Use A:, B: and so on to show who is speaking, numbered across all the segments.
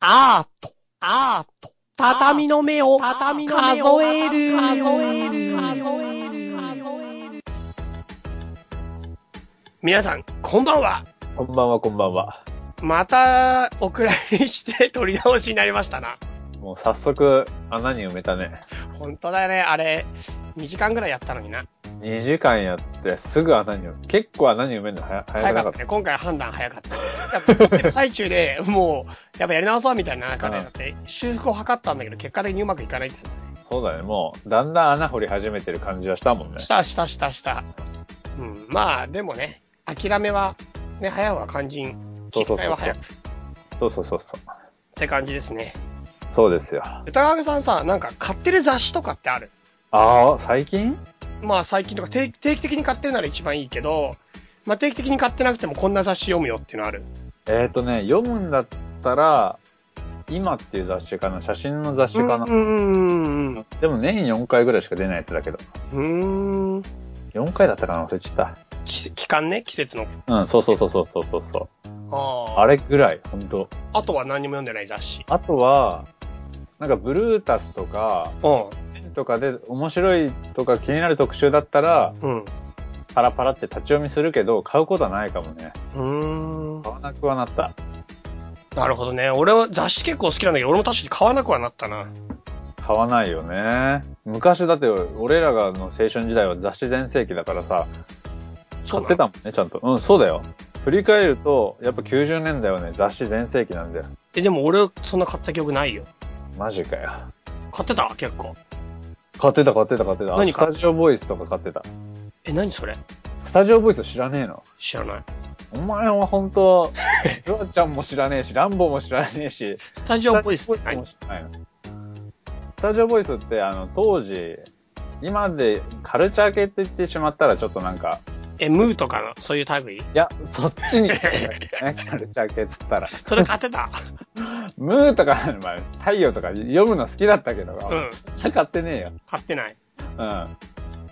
A: アート、アート、畳の目を
B: 畳の
A: 数
B: 目を
A: える、
B: 数える
A: 皆さん、こんばんは。
C: こんばんは、こんばんは。
A: また、お蔵入りして撮り直しになりましたな。
C: もう早速、穴に埋めたね。
A: 本当だよね、あれ、2時間ぐらいやったのにな。
C: 2時間やって、すぐ穴に埋め、結構穴に埋めるの早早
A: 早か
C: くなかっ
A: った
C: た。
A: ね。今回判断早かった。やっぱ撮ってる最中で、もう、やっぱやり直そうみたいな、なんかね、
C: うん
A: だって、修復を図ったんだけど、結果的にうまくいかないってやつ
C: そうだね、もう、だんだん穴掘り始めてる感じはしたもんね。
A: したしたしたした。うん、まあ、でもね、諦めは、ね、早うは肝心、
C: そう
A: 切
C: そうそう
A: り替えは早くっ
C: そうそうそうそう。
A: て感じですね。
C: そうですよ。
A: 歌川さんさ、なんか買ってる雑誌とかってある
C: ああ、最近
A: まあ最近とか定定期的に買ってるなら一番いいけど、まあ定期的に買ってなくてもこんな雑誌読むよっていうのある。
C: えっ、ー、とね、読むんだったら、今っていう雑誌かな、写真の雑誌かな。
A: うんうんうん
C: でも年4回ぐらいしか出ないやつだけど。
A: うん。うーん。
C: 4回だったかな、忘れちゃっ
A: き期間ね、季節の。
C: た。うん、そうそうそうそうそうそうそう。
A: あ
C: あ
A: あ。
C: れぐらい、ほんと。
A: あとは何にも読んでない雑誌。
C: あとは、なんかブルータスとか、
A: う
C: とかで面白いとか気になる特集だったら、
A: ん。うん。
C: パラパラって立ち読みするけど、買うことはないかもね。
A: うーん
C: 買わなくはなった。
A: なるほどね。俺は雑誌結構好きなんだけど、俺も確かに買わなくはなったな。
C: 買わないよね。昔だって俺らがの青春時代は雑誌全盛期だからさ、
A: そう
C: 買っ
A: な
C: て
A: の
C: たもんね、ちゃんと。うん、そうだよ。振り返ると、やっぱ90年代はね、雑誌全盛期なんだよ。
A: え、でも俺そんな買った記憶ないよ。
C: マジかよ。
A: 買ってた結構。
C: 買ってた買ってた買ってた。
A: 何
C: ス
A: 買っ
C: タジオボイスとか買ってた。
A: え、何それ
C: スタジオボイス知らねえの
A: 知らない。
C: お前は本当、ジョアちゃんも知らねえし、ランボーも知らねえし、
A: スタ
C: スタ
A: ジオボイスって
C: ジオボ
A: 何
C: イスも知らないのスタジオボイスって、あの、当時、今でカルチャー系って言ってしまったらちょっとなんか、
A: え、ムーとかの、そういう類
C: いや、そっちに行くん だよね、カルチャー系って言ったら。
A: それ買って た
C: ムーとか、まあ、太陽とか読むの好きだったけど、
A: うん。
C: 買ってねえよ。
A: 買ってない。
C: うん。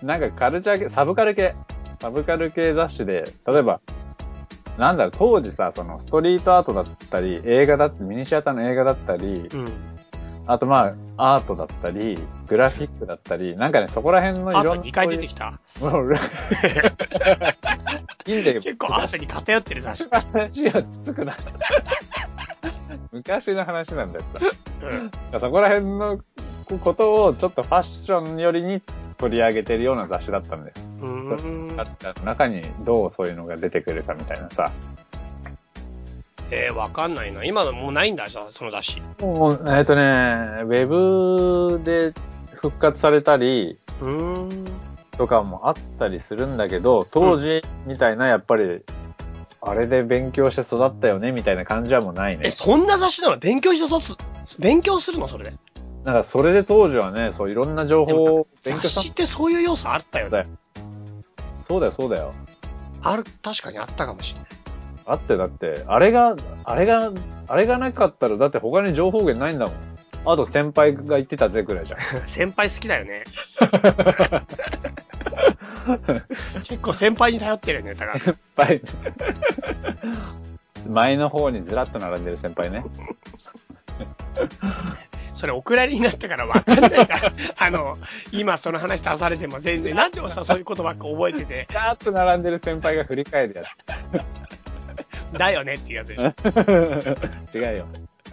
C: なんかカルチャー系、サブカル系、サブカル系雑誌で、例えば、なんだろう、当時さ、そのストリートアートだったり、映画だって、ミニシアターの映画だったり、
A: うん。
C: あとまあ、アートだったり、グラフィックだったり、なんかね、そこら辺のい
A: あ
C: ろ
A: と
C: んな。
A: 2回出てきた。
C: た。もう、 いいんだよ。
A: 結構アートに偏ってる雑誌。
C: 昔の話がつつくな。 昔の話なんだよ
A: うん。
C: さ。そこら辺のことをちょっとファッションよりに取り上げてるような雑誌だったんだよ。
A: うーん。
C: 中にどうそういうのが出てくるかみたいなさ。
A: えー、わかんないな。今のもうないんだ、じゃあ、その雑誌。
C: もう、えっ、とね、ウェブで復活されたり、
A: うーん。
C: とかもあったりするんだけど、当時みたいな、やっぱり、あれで勉強して育ったよね、みたいな感じはもうない
A: え、
C: ね。
A: そんな雑誌なの勉強しとす、勉強するのそれで。
C: なんか、それで当時はね、そう、いろんな情
A: で
C: 報
A: も
C: を勉強
A: 雑
C: し
A: 誌
C: た。
A: ってそういう要素あったよね。
C: そうだよ、そうだよ。
A: ある、確かにあったかもしれない。
C: あって、だって、あれが、あれが、あれがなかったら、だって他に情報源ないんだもん。あと、先輩が言ってたぜ、ぐらいじゃん。
A: 先輩好きだよ ね。結構先輩に頼ってるよね、だから。
C: 先輩。前の方にずらっと並んでる先輩ね。
A: それ、お蔵入りになってから分かんない から、あの、今その話出されても全然、なんでもさ、そういうことばっか覚えてて、
C: ずらっと並んでる先輩が振り返るやつ。
A: だよねっていうやつでしょ。
C: 違うよ。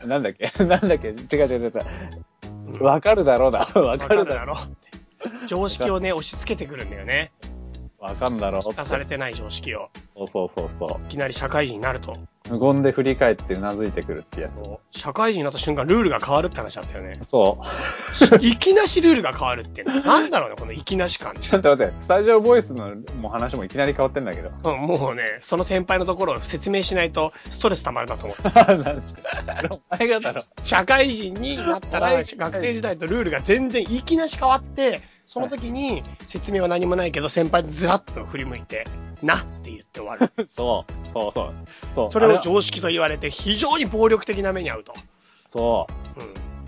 C: なんだっけ なんだっけ違う違う違う違う。わかるだろうだ。 わ
A: 分
C: か
A: かる
C: る
A: だ
C: だろ
A: ろって。常識をね、押し付けてくるんだよね。
C: う。わかんだろう。
A: 出されてない常識を。
C: そうそうそうそ
A: いきなり社会人になると。
C: う。無言で振り返ってうなずいてくるってやつ。
A: そう社会人になった瞬間、ルールが変わるって話だったよね。
C: そう。
A: いきなしルールが変わるってな、なんだろうね、このいきなし感。
C: ちょっと待って、スタジオボイスのもう話もいきなり変わってんだけど。
A: うん、もうね、その先輩のところを説明しないとストレス溜まるなと思って。
C: なん だあれお前がだろ。
A: 社会人になった
C: は
A: ら、
C: い
A: 学生時代とルールが全然いきなし変わって、その時に説明は何もないけど、先輩ずらっと振り向いて、なって言って終 わる。
C: そう。そうそう。そう。
A: それを
C: あ
A: 常識と言われて、非常に暴力的な目に遭うと。
C: そ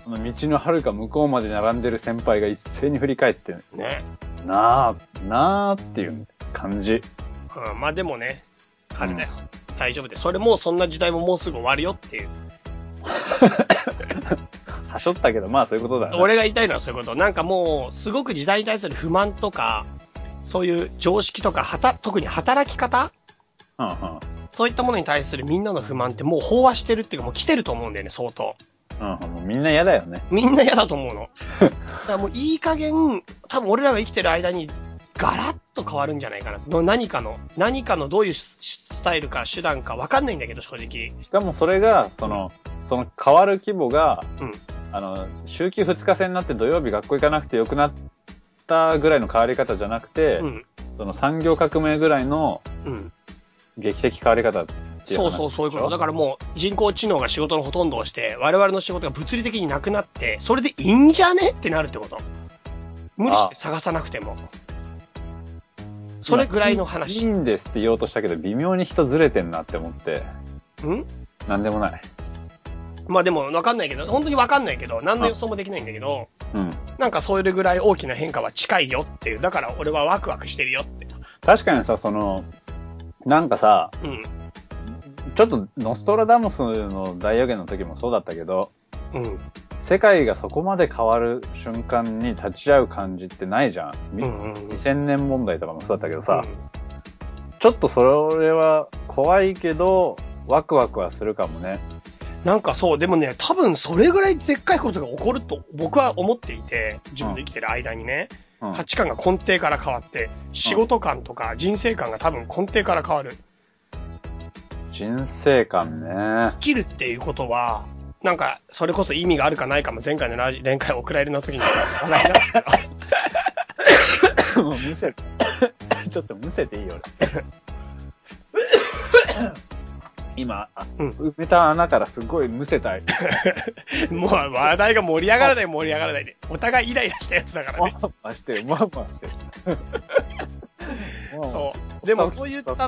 C: うう。あの道の遥か向こうまで並んでる先輩が一斉に振り返って、
A: ん。ね。
C: なあ、なあっていう感じ。
A: うん、まあでもね、あれだよ。大丈夫です。それもうそんな時代ももうすぐ終わるよっていう。
C: はしょったけど、まあそういうことだ、ね。
A: 俺が言いたいのはそういうこと。なんかもう、すごく時代に対する不満とか、そういう常識とか、はた、特に働き方
C: うんうん。
A: そういったものに対するみんなの不満ってもう飽和してるっていうか、もう来てると思うんだよね、相当。
C: うんうん、もうみんな嫌だよね。
A: みんな嫌だと思うの。だからもういい加減、多分俺らが生きてる間に、ガラッと変わるんじゃないかな。の何かの、何かのどういうススタイルか手段か分かんないんだけど、正直。
C: しかもそれが、その、その変わる規模が、
A: うん
C: あの、週休2日制になって土曜日学校行かなくてよくなったぐらいの変わり方じゃなくて、
A: うん。
C: その産業革命ぐらいの
A: うん。
C: 劇的変わり方っていう
A: そ
C: 話
A: うそう、そういうこ
C: でし
A: と。
C: ょ
A: だからもう人工知能が仕事のほとんどをして、我々の仕事が物理的になくなって、それでいいんじゃねってなるってこと。無理して探さなくても。それぐらいの
C: いい
A: 話。
C: んですって言おうとしたけど、微妙に人ずれてんなって思って、
A: うん
C: なんでもない。
A: まあでも分かんないけど、本当に分かんないけど、何の予想もできないんだけど、
C: うん。
A: なんかそれぐらい大きな変化は近いよっていう。だから俺はワクワクしてるよって。
C: 確かにさ、その、なんかさ、
A: うん。
C: ちょっとノストラダムスの大予言の時もそうだったけど、
A: うん。
C: 世界がそこまで変わる瞬間に立ち会う感じってないじゃん。
A: う
C: み
A: んうん。
C: 2000年問題とかもそうだったけどさ、ちょっとそれは怖いけど、ワクワクはするかもね。
A: なんかそう、でもね、多分それぐらいでっかいことが起こると僕は思っていて、自分で生きてる間にね、
C: うん。
A: 価値観が根底から変わって、仕事観とか人生観が多分根底から変わる。
C: 人生観ね
A: 生。きるっていうことは、なんか、それこそ意味があるかないかも前回のラジ、前回お蔵入りの時に話題になったけ ど
C: もうむせる。ちょっとむせていいよ、俺。 今、あ
A: うん
C: 埋めた穴からすごいむせた い。
A: もう話題が盛り上がらない盛り上がらないで、お互いイライラしたやつだから
C: ワ
A: ね。
C: ンワンしてる、ワンワンしてる。
A: そう。でもそういった、なん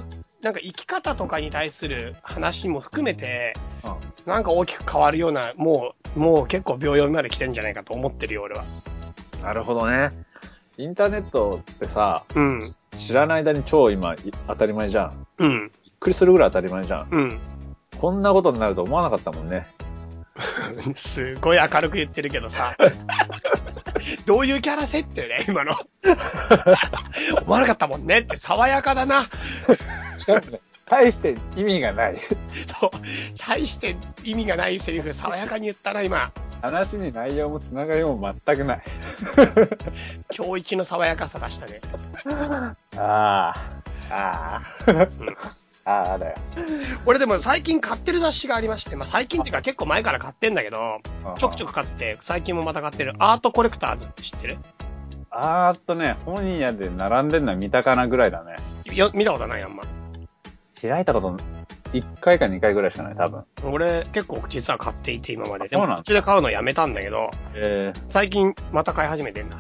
A: か生き方とかに対する話も含めて、
C: うん
A: なんか大きく変わるような、もう、もう結構秒読みまで来てんじゃないかと思ってるよ、俺は。
C: なるほどね。インターネットってさ、
A: うん。
C: 知らない間に超今い当たり前じゃん。
A: うん。
C: びっくりするぐらい当たり前じゃん。
A: うん。
C: こんなことになると思わなかったもんね。
A: すごい明るく言ってるけどさ。どういうキャラ設定ね、今の。思わなかったもんねって、爽やかだな。
C: しかも ね、大して意味がない。
A: そう。大して意味がないセリフ、爽やかに言ったな、今。
C: 話に内容もつながりも全くない。
A: 今日一の爽やかさ出したね。
C: ああ。ああ。ああだよ。
A: 俺でも最近買ってる雑誌がありまして、まあ最近っていうか結構前から買ってんだけど、ちょくちょ
C: く。
A: く買ってて、最近もまた買ってるアートコレクターズって知ってる
C: あーっとね、本屋で並んでんのは見たかなぐらいだね。
A: よ見たことないあんま。
C: 開いたこと、1回か2回ぐらいしかない、多分。
A: 俺結構実は買っていて今まで。
C: あ
A: で
C: そう
A: も
C: なんだ
A: うちで買うのやめたんだけど、
C: え
A: 最近また買い始めてんだ。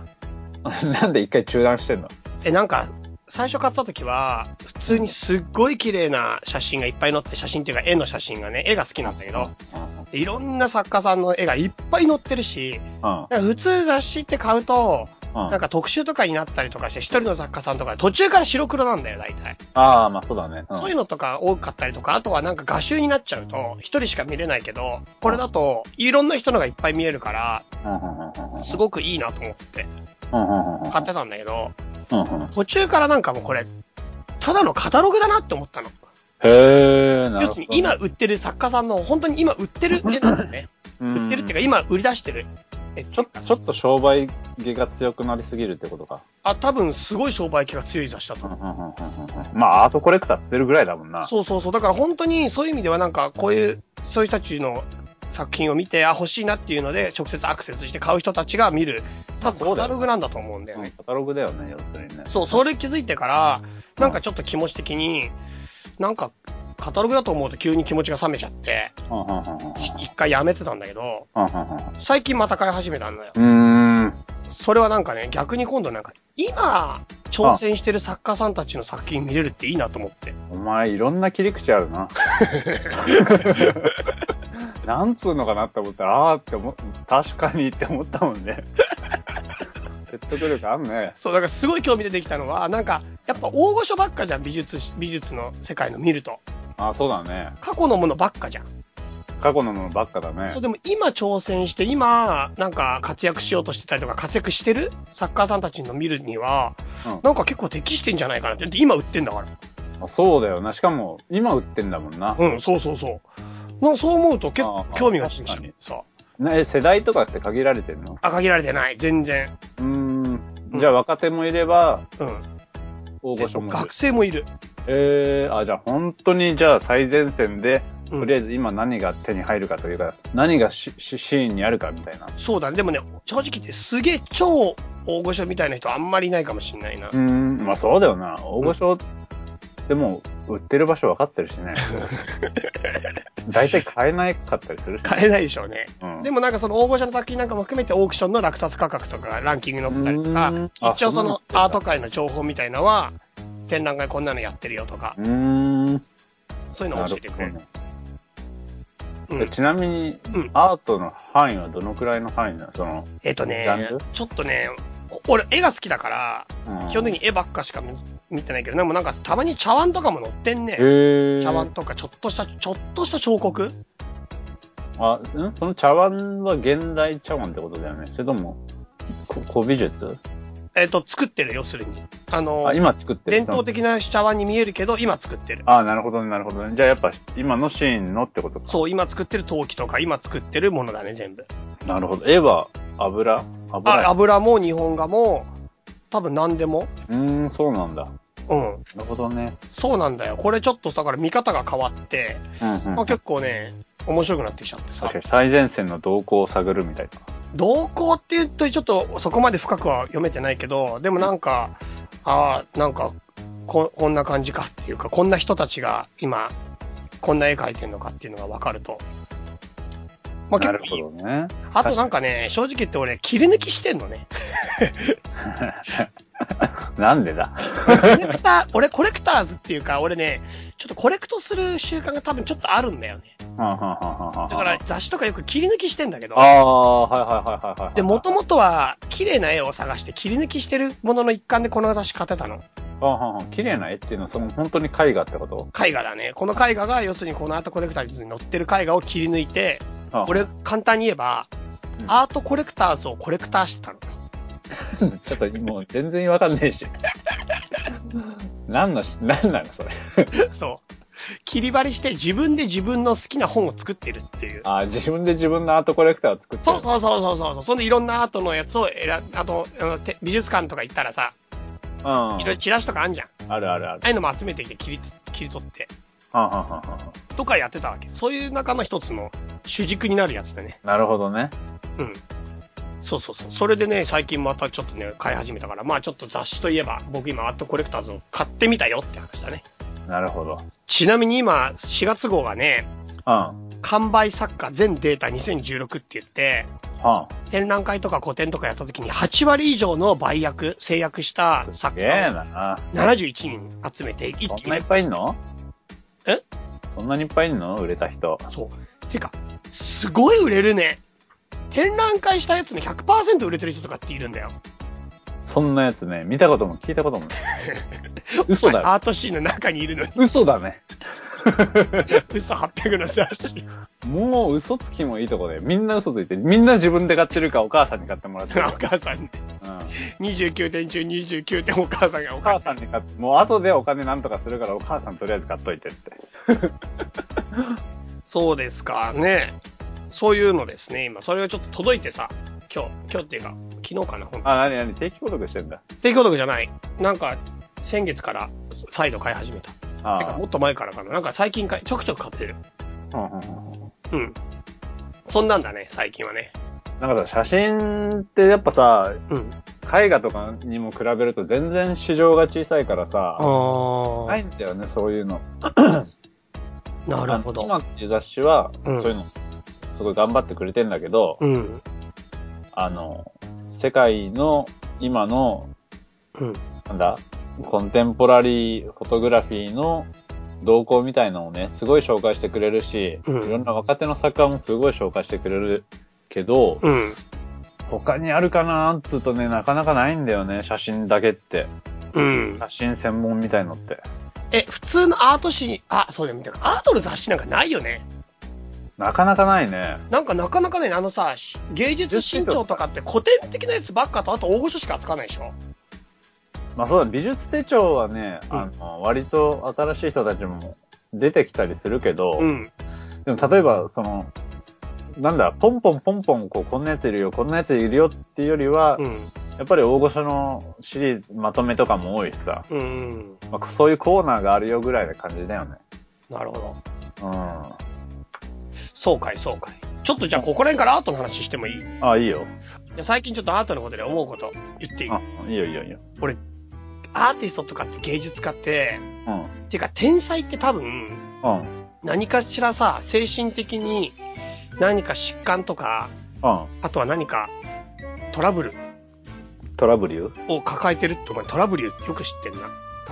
C: ー、 なんで1回中断してんの
A: え、なんか、最初買った時は、普通にすっごい綺麗な写真がいっぱい載って、写真っていうか絵の写真がね、絵が好きなんだけど、
C: うん
A: でいろんな作家さんの絵がいっぱい載ってるし、
C: うん。
A: なんか普通雑誌って買うと、
C: うん
A: なんか特集とかになったりとかして、一人の作家さんとか、途中から白黒なんだよ、大体。
C: ああ、まあそうだね。うん
A: そういうのとか多かったりとか、あとはなんか画集になっちゃうと、一人しか見れないけど、これだと、いろんな人のがいっぱい見えるから、
C: うんうんうんうんうん
A: すごくいいなと思って、
C: うんうんうんうん
A: 買ってたんだけど、
C: うんうん
A: 途中からなんかもうこれ、ただのカタログだなって思ったの。
C: へえ、なる
A: 要
C: ほ
A: す
C: ど
A: る。に今売ってる作家さんの、本当に今売ってる絵なんだね。売
C: 売
A: ってるっていう
C: か、
A: か、今売り出してる。え、
C: ちょっと、ちょっと商売気が強くなりすぎるってことか。
A: あ、多分すごい商売気が強い雑誌だと
C: うん
A: 思
C: う
A: う。
C: んうんうんうんまあ、アートコレクターって言ってるぐらいだもんな。
A: そうそうそう。だから本当にそういう意味ではなんか、こういう、そういう人たちの作品を見て、あ、欲しいなっていうので、直接アクセスして買う人たちが見る、多分
C: そ
A: カ
C: う
A: タ
C: だよね
A: ログなんだと思うんだよ
C: うん
A: ね。
C: カタログだよね、要するにね。
A: そう、それ気づいてから、なんかちょっと気持ち的に、なんか、カタログだと思うと急に気持ちが冷めちゃって、
C: うんうんうんうんうん
A: 一回やめてたんだけど、
C: う
A: 最近また買い始めたんだよ。
C: んうんうん。うーん。
A: それはなんかね、逆に今度なんか、今、挑戦してる作家さんたちの作品見れるっていいなと思って。
C: お前、いろんな切り口あ るな。なんつうのかなって思ったら、ああーって思っ、確かにって思ったもんね。説得力あんね。
A: そう、だからすごい興味出てきたのは、なんか、やっぱ大御所ばっかじゃん、美術し、美術の世界の見ると。
C: あそうだね。
A: 過去のものばっかじゃん。
C: 過去のものばっかだね。
A: そう、でも今挑戦して、今、なんか活躍しようとしてたりとか、活躍してるサッカーさんたちの見るには、
C: うん
A: なんか結構適してんじゃないかなって。だって今売ってんだから。
C: あそうだよな。しかも、今売ってんだもんな。
A: うん、そうそうそう。なんかそう思うと結
C: あ
A: 構
C: ー
A: 興味が出てき
C: 確かに
A: た。そう。
C: なえ、世代とかって限られてんの
A: あ、限られてない。全然。
C: うーん。じゃあ、若手もいれば、
A: うん。
C: 大御所もいる
A: 学。生もいる。
C: えー、あ、じゃあ、本当に、じゃあ、最前線で、
A: うん
C: とりあえず今何が手に入るかというか、何がししシーンにあるかみたいな。
A: そうだね。でもね、正直言ってすげえ超大御所みたいな人あんまりいないかもしんないな。
C: うーん、まあそうだよな。大御所、でも、売ってる場所分かってるし ね。大体買えなかったりするし、ね。
A: 買えないでしょうね。
C: うん
A: でもなんかその大御所の作品なんかも含めてオークションの落札価格とかランキング載ってたりと
C: うー
A: か
C: ん、あ
A: 一応その
C: そうなんだ
A: アート界の情報みたいのは、展覧会こんなのやってるよとか、
C: うーん。
A: そういうのを教えてくれる。う
C: え
A: ん
C: ちなみに、
A: うん
C: アートの範囲はどのくらいの範囲なのその、
A: えっと
C: ジャン
A: ね
C: ル、
A: ちょっとね、お俺絵が好きだから、
C: うん
A: 基本的に絵ばっかしか見見てないけど、でもなんかたまに茶碗とかも載ってんね。
C: へー
A: 茶碗とかちょっとした、ちょっとした彫刻
C: あ、んその茶碗は現代茶碗ってことだよね。それとも、こ古美術
A: えっ、と、作ってる、要するに。あの、
C: あ、今作ってる。
A: 伝統的な茶碗に見えるけど、今作ってる。
C: あ、なるほどね、なるほどね。じゃあやっぱ、今のシーンのってことか。
A: そう、今作ってる陶器とか、今作ってるものだね、全部。
C: なるほど。絵は油油絵
A: あ、油も日本画も、多分何でも。
C: うーん、そうなんだ。な
A: うん。
C: るほどね。
A: そうなんだよ。これちょっとだから見方が変わって、
C: うん、う
A: まあ、
C: ん。確
A: 結構ね、面白くなってきちゃってさ
C: か。に最前線の動向を探るみたい
A: 動向って言うとちょっとそこまで深くは読めてないけど、でもなんか、ああ、なんかこ、こんな感じかっていうか、こんな人たちが今、こんな絵描いてるのかっていうのが分かると。ま
C: な。
A: あ結構
C: なる
A: いい
C: ほどね。
A: あとなんかね、正直言って俺、切り抜きしてんの ね。
C: なんでだ。
A: コレクター、俺コレクターズっていうか、俺ね、ちょっとコレクトする習慣が多分ちょっとあるんだよね。
C: だか
A: だから雑誌とかよく切り抜きしてんだけど
C: あ、あ、はいはいはいはいはい。
A: で、もともとは綺麗な絵を探して切り抜きしてるものの一環でこの雑誌買ってたの。
C: あはは綺麗な絵っていうのは、その本当に絵画ってこと
A: 絵画だね。この絵画が、要するにこのアートコレクターズに載ってる絵画を切り抜いて、
C: はあ
A: 俺、簡単に言えば
C: う、ん
A: アートコレクターズをコレクターしてたの。
C: ちょっともう全然わかんねえし。何のし、何なのそれ。
A: そう。切り張りして自分で自分の好きな本を作ってるっていう。
C: あ自分で自分のアートコレクターを作って
A: そ
C: る。
A: うそうそうそうそうそう。そんでいろんなアートのやつを選あと、あのて美術館とか行ったらさ、
C: うん。
A: いろいろチラシとかあんじゃん。あ
C: あるあるある。
A: あいうのも集めてきて切りつ切り取って。
C: はあはあはあはあ
A: とかやってたわけ。そういう中の一つの主軸になるやつでね。
C: なるほどね。
A: うん。そうそうそう。それでね、最近またちょっとね、買い始めたから、まあちょっと雑誌といえば、僕今、アットコレクターズを買ってみたよって話だね。
C: なるほど。
A: ちなみに今、4月号がね、
C: うん。は
A: 完売作家全データ2016って言って、
C: あ。
A: 展覧会とか個展とかやった時に8割以上の売約、制約した
C: す
A: 作
C: げえ
A: 家を
C: な。
A: 71人集めて一
C: そ
A: 気
C: んない
A: に
C: っ。ぱいいんの
A: え
C: そんなにいっぱいいんの売れた人。
A: そう。てか、すごい売れるね。展覧会したやつの100%売れてる人とかっているんだよ。
C: そんなやつね、見たことも聞いたこともない。嘘だよ。
A: アートシーンの中にいるのに、
C: 嘘だね。
A: 嘘800の雑誌。
C: もう嘘つきもいいとこで、みんな嘘ついてる、みんな自分で買ってるかお母さんに買ってもらっ
A: お
C: てる。
A: 母さんに
C: うん、
A: 29点中29点お母さんがお
C: お
A: 母
C: 母
A: さん
C: さんに買って、もう後でお金なんとかするからお母さんとりあえず買っといてって。
A: そうですかねそういうのですね今それがちょっと届いてさ今日今日っていうか昨日かなほんと
C: あ、なになに定期購読してんだ。
A: 定期購読じゃないなんか先月から再度買い始めた
C: あ
A: てか
C: あ
A: もっと前からかななんか最近買いちょくちょく買ってる
C: うんうんうんうん
A: うんそんなんだね最近はね
C: なんかさ、写真ってやっぱさ、
A: うん
C: 絵画とかにも比べると全然市場が小さいからさ、
A: あ
C: ないんだよね、そういうの。
A: なるほど
C: 今っていう雑誌は、
A: うん
C: そういうの、すごい頑張ってくれてんだけど、
A: うん
C: あの、世界の今の、
A: うん
C: なんだ、コンテンポラリーフォトグラフィーの動向みたいなのをね、すごい紹介してくれるし、
A: うん
C: いろんな若手の作家もすごい紹介してくれるけど、
A: うん
C: 他にあるかなーっつうとね、なかなかないんだよね、写真だけって。
A: うん
C: 写真専門みたいのって。
A: え普通のアート誌あそうだ見たかアートの雑誌なんかないよね
C: なかなかないね。
A: なんかなかなかね、あのさ、し芸術新潮とかって古典的なやつばっかと、あと大御所しか扱わないでしょ
C: まあそうだ、美術手帳はね、
A: うん
C: あの、割と新しい人たちも出てきたりするけど、
A: うん。
C: でも例えば、その、なんだ、ポンポンポンポン、こう、こんなやついるよ、こんなやついるよっていうよりは、
A: うん。
C: やっぱり大御所のシリーズ、まとめとかも多いしさ、
A: うん。
C: まあ、そういうコーナーがあるよぐらいな感じだよね。
A: なるほど。
C: うん。あ
A: そうかい、そうかい。ちょっとじゃあ、ここら辺からアートの話してもいい
C: あ、いいよ。
A: いや最近ちょっとアートのことで思うこと言っていい
C: あ、いいよいいよいいよ。
A: アーティストとかって芸術家って、
C: うん。
A: っていうか天才って多分、
C: うん。うん。
A: 何かしらさ、精神的に何か疾患とか、あとは何かトラブル
C: トラブリュー
A: を抱えてるって、お前トラブルよく知ってんな。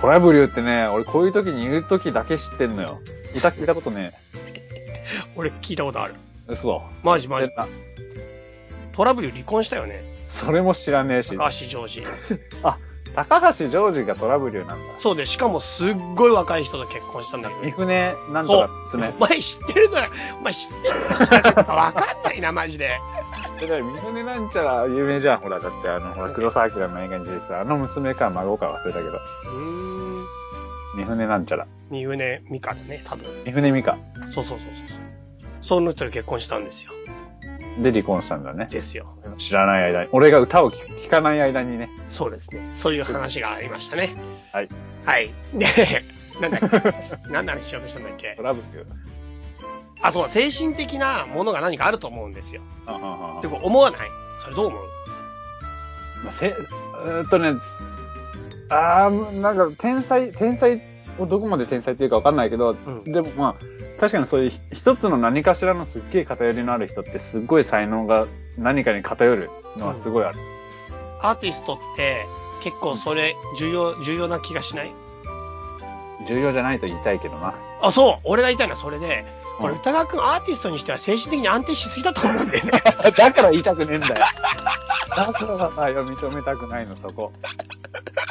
C: トラブリューってね、俺こういう時に言う時だけ知ってんのよ。いた、 聞いたことね
A: 俺聞いたことある。
C: え。嘘。
A: マジマジ
C: で。な
A: トラブル離婚したよね。
C: それも知らねえし。
A: 高橋ジョージ。
C: 高橋ジョージがトラブリューなんだ。
A: そうで、しかもすっごい若い人と結婚したんだけど
C: 三。船なんとかですね。
A: お前知ってるなら、お前知ってるなら知らないかわかんないな、マジで。
C: だから三船なんちゃら有名じゃん。ほら、だってあの、ほら、黒沢明の映画に出てた、あの娘か孫か忘れたけど、
A: うーん。
C: 三船なんちゃら。
A: 三船美香だね、多分。
C: 三船美香
A: そうそうそうそうそう。その人と結婚したんですよ。
C: で離婚したんだね。
A: ですよ。
C: 知らない間に。俺が歌を聴聴かない間にね。
A: そうですね。そういう話がありましたね。
C: はい。
A: はい。で、なんだっ け何の話しようとしたんだっけ
C: トラブル。
A: あ、そう、精神的なものが何かあると思うんですよ。
C: ああああ
A: って思わないそれどう思う
C: まあせ、うーんとね、あー、なんか天才、天才をどこまで天才っていうかわかんないけど、
A: うん
C: でもまあ、確かにそういうひ一つの何かしらのすっげえ偏りのある人ってすっごい才能が何かに偏るのはすごいある。
A: アーティストって結構それ重要、重要な気がしない
C: 重要じゃないと言いたいけどな。
A: あ、そう、俺が言いたいのはそれで、これ
C: うん
A: 歌川くんアーティストにしては精神的に安定しすぎだと思うんだよね。
C: だから言いたくねえんだよ。だからよ、認めたくないの、そこ。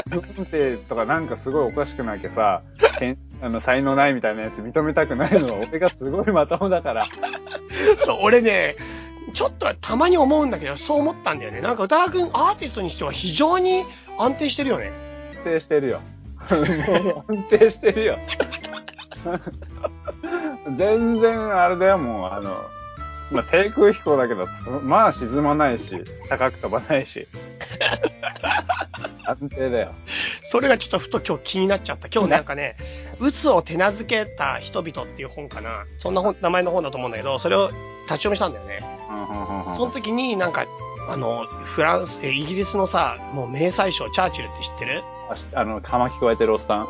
C: 文生とかなんかすごいおかしくなきゃさ、けんあの才能ないみたいなやつ認めたくないのは俺がすごいまともだから。
A: そう、俺ね、ちょっとたまに思うんだけど、そう思ったんだよね。なんか歌川くんアーティストにしては非常に安定してるよね。
C: 安定してるよ。もう安定してるよ。全然あれだよ、もう、あの、まあ、低空飛行だけど、つまあ沈まないし、高く飛ばな いし。安定だよ。
A: それがちょっとふと今日気になっちゃった。今日なんかね、鬱を手なずけた人々っていう本かな。そんな本、名前の本だと思うんだけど、それを立ち読みしたんだよね。その時になんか、あの、フランス、えイギリスのさ、もう名宰相、チャーチルって知ってる
C: あしあの、釜聞こえてるおっさん。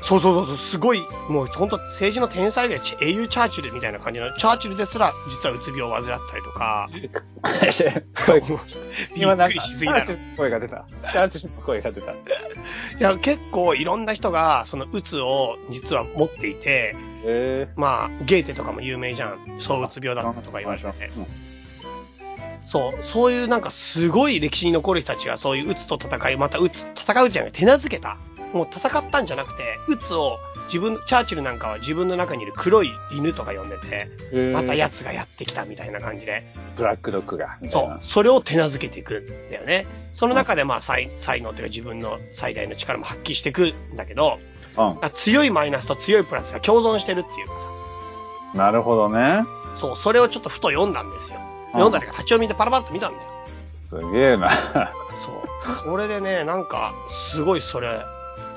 A: そうそうそうそう、すごい、もう本当政治の天才で、チ英雄チャーチルみたいな感じの、チャーチルですら、実はうつ病を患ってたりとか、びっくりしすぎ
C: チャ
A: だ
C: ーチ
A: ろ。い
C: ルの声が出た。チャーチルの声が出た。
A: や、結構いろんな人が、そのうつを実は持っていて、
C: え
A: まあ、ゲーテとかも有名じゃん。そううつ病だったとか言われてて。そう、そういうなんかすごい歴史に残る人たちがそういう鬱と戦い、また鬱、戦うじゃなくて手なずけた。もう戦ったんじゃなくて、鬱を自分、チャーチルなんかは自分の中にいる黒い犬とか呼んでて、
C: え
A: また奴がやってきたみたいな感じで、
C: ブラックドッグが。みた
A: そ
C: いうな、
A: それを手なずけていくんだよね。その中でまあ才才能というか自分の最大の力も発揮していくんだけど、
C: う
A: あ強いマイナスと強いプラスが共存してるっていうかさ、
C: ん。なるほどね。
A: そう、それをちょっとふと読んだんですよ。読んだりか立ち読みでパラパラっと見たんだよ。
C: すげえな。
A: そう。それでね、なんか、すごいそれ、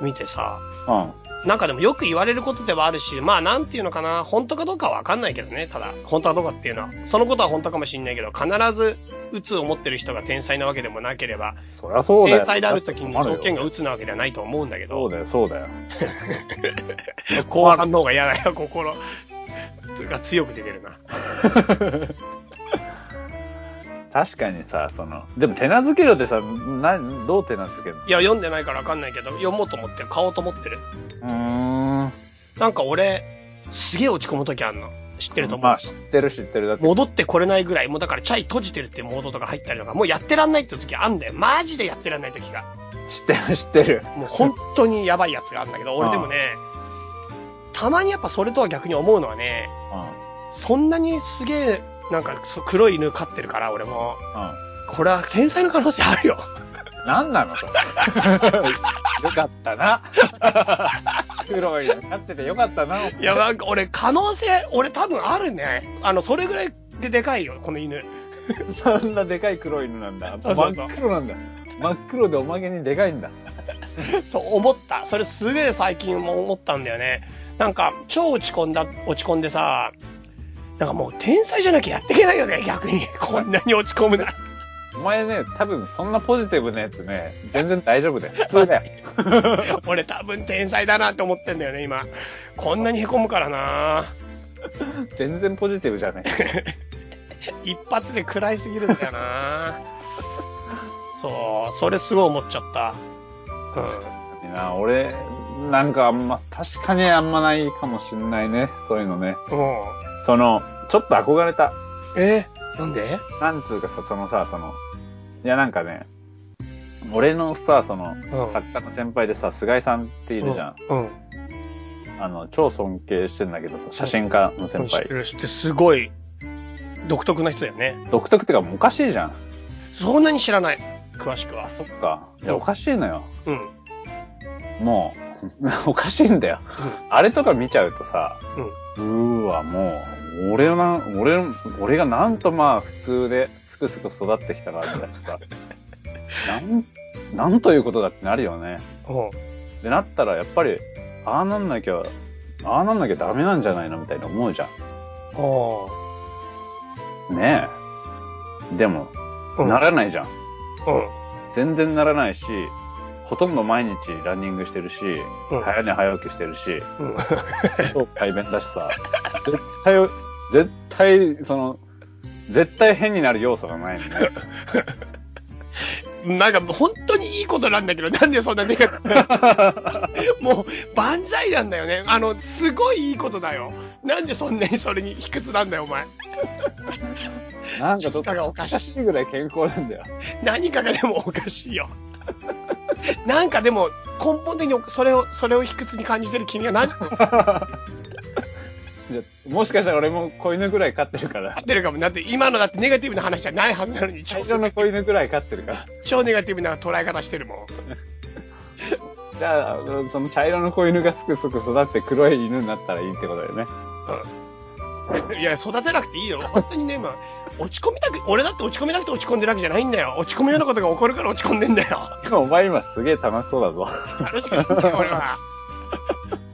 A: 見てさ、
C: うん。
A: なんかでもよく言われることではあるし、まあなんていうのかな、本当かどうかはわかんないけどね、ただ、本当はどうかっていうのは、そのことは本当かもしんないけど、必ず、鬱を持ってる人が天才なわけでもなければ、
C: そりゃそうだよ。
A: 天才である時に条件
C: が。
A: が鬱なわけではないと思うんだけ
C: そ
A: ど、
C: うだよ、そうだよ。
A: 後半の方が嫌だよ、心が強く出てるな。
C: 確かにさ、その、でも手なずけるってさ、な、どう手なずけるの
A: いや、読んでないからわかんないけど、読もうと思ってる、買おうと思ってる。
C: うーん。
A: なんか俺、すげえ落ち込む時あんの。知ってると思う。
C: まあ、知ってる知ってる。だって、
A: 戻ってこれないぐらい、もうだからチャイ閉じてるってモードとか入ったりとか、もうやってらんないって時あんだよ。マジでやってらんない時が。
C: 知ってる知ってる。
A: もう本当にやばいやつがあるんだけど、俺でもね、たまにやっぱそれとは逆に思うのはね、
C: う
A: そんなにすげえ、なんかそう黒い犬飼ってるから、俺も。
C: う
A: これは天才の可能性あるよ。
C: ん。なんな のそれ。よかったな。 黒いの飼っててよかったな。
A: いや、なんか俺、可能性、俺多分あるね。あの、それぐらいででかいよ、この犬。
C: そんなでかい黒い犬なんだ。
A: そうそうそう
C: 真っ黒なんだ。真っ黒でおまけにでかいんだ。
A: そう思った。それすげえ最近も思ったんだよね。なんか、超落ち込んだ、落ち込んでさ、なんかもう天才じゃなきゃやっていけないよね、逆に。こんなに落ち込むなら。
C: お前ね、多分そんなポジティブなやつね、全然大丈夫だよ。普通だよ。
A: 俺多分天才だなって思ってんだよね、今。こんなに凹むからな
C: 全然ポジティブじゃない。
A: 一発で食らいすぎるんだよなそう、それすごい思っちゃった。うん。
C: な俺、なんかあんま、確かにあんまないかもしんないね。そういうのね。
A: うん。
C: その、ちょっと憧れた。
A: えなんで
C: なんつうかさ、そのさ、その、いやなんかね、俺のさ、その、
A: うん
C: 作家の先輩でさ、菅井さんっているじゃん。
A: うん。
C: あの、超尊敬してんだけどさ、写真家の先
A: 知って
C: 輩。
A: る、知ってるすごい独特な人だよね。
C: 独特ってかもうおかしいじゃん。
A: そんなに知らない、詳しくは
C: あ、。そっか。い
A: うん
C: や、おかしいのよ。
A: うん。
C: もう、 おかしいんだよ。あれとか見ちゃうとさ、うーわ、もう、俺な、俺、俺がなんとまあ普通ですくすく育ってきたからだとか、なん、なんということだってなるよね。
A: うん。うん。
C: で、なったらやっぱり、ああなんなきゃ、ああなんなきゃダメなんじゃないのみたいな思うじゃ
A: お
C: ん。ねえ。でも、
A: うん。
C: ならないじゃん。
A: うん。
C: 全然ならないし、ほとんど毎日ランニングしてるし、
A: うん。
C: 早寝早起きしてるし、
A: うん。
C: 超大変だしさ、絶対、絶対、その、絶対変になる要素がないの ね。
A: なんか本当にいいことなんだけど、なんでそんなでかくなっちゃう もう万歳なんだよね。あの、すごいいいことだよ。なんでそんなにそれに卑屈なんだよ、お前。
C: なんかち
A: 何
C: ょっと
A: か、がおか しい。
C: しいぐらい健康なんだよ。
A: 何かがでもおかしいよ。 なんかでも、根本的にそれを、それを卑屈に感じてる君は何を思
C: じゃもしかしたら俺も子犬ぐらい飼ってるから
A: っ、てるかも。だって今のだってネガティブな話じゃないはずなのに、超
C: 最初の子犬ぐらい飼ってるから。
A: 超ネガティブな捉え方してるもん。
C: じゃあ、その茶色の子犬がすくすく育って黒い犬になったらいいってことだよ
A: う
C: ね。
A: んいや、育てなくていいよ。本当にね、今、落ち込みたく、俺だって落ち込みたくて落ち込んでるわけじゃないんだよ。落ち込むようなことが起こるから落ち込んでんだよ。
C: 今 お前今すげえ楽しそうだぞ。
A: 楽しくですね、俺は。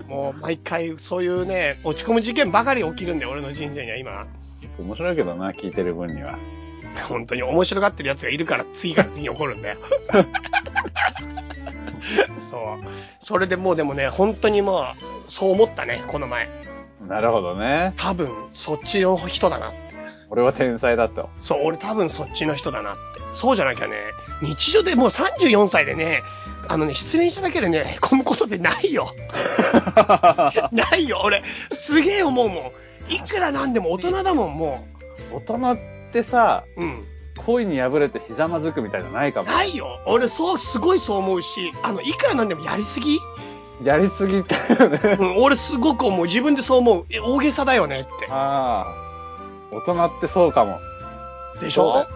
A: もう、毎回、そういうね、落ち込む事件ばかり起きるんだよ、俺の人生には今。
C: 面白いけどな、聞いてる分には。
A: 本当に面白がってる奴がいるから、次から次に起こるんだよ。そう。それでもうでもね、本当にもう、そう思ったね、この前。
C: なるほどね。
A: 多分、そっちの人だな
C: 俺は天才だと。
A: そう、俺多分そっちの人だなって。そうじゃなきゃね、日常でもう34歳でね、あのね、失恋しただけでね、凹むことってない よ。ないよ、俺。すげえ思うもん。いくらなんでも大人だもん、も
C: 大人ってさ、
A: う。うん。
C: 恋に破れてひざまずくみたいなのないかも。
A: ないよ。俺、そう、すごいそう思うし、あの、いくらなんでもやりすぎ、
C: やりすぎたよね。
A: うん、俺、すごく思う。自分でそう思う。え、大げさだよねって。
C: ああ。大人ってそうかも。
A: でし
C: そうだ
A: ょ
C: よ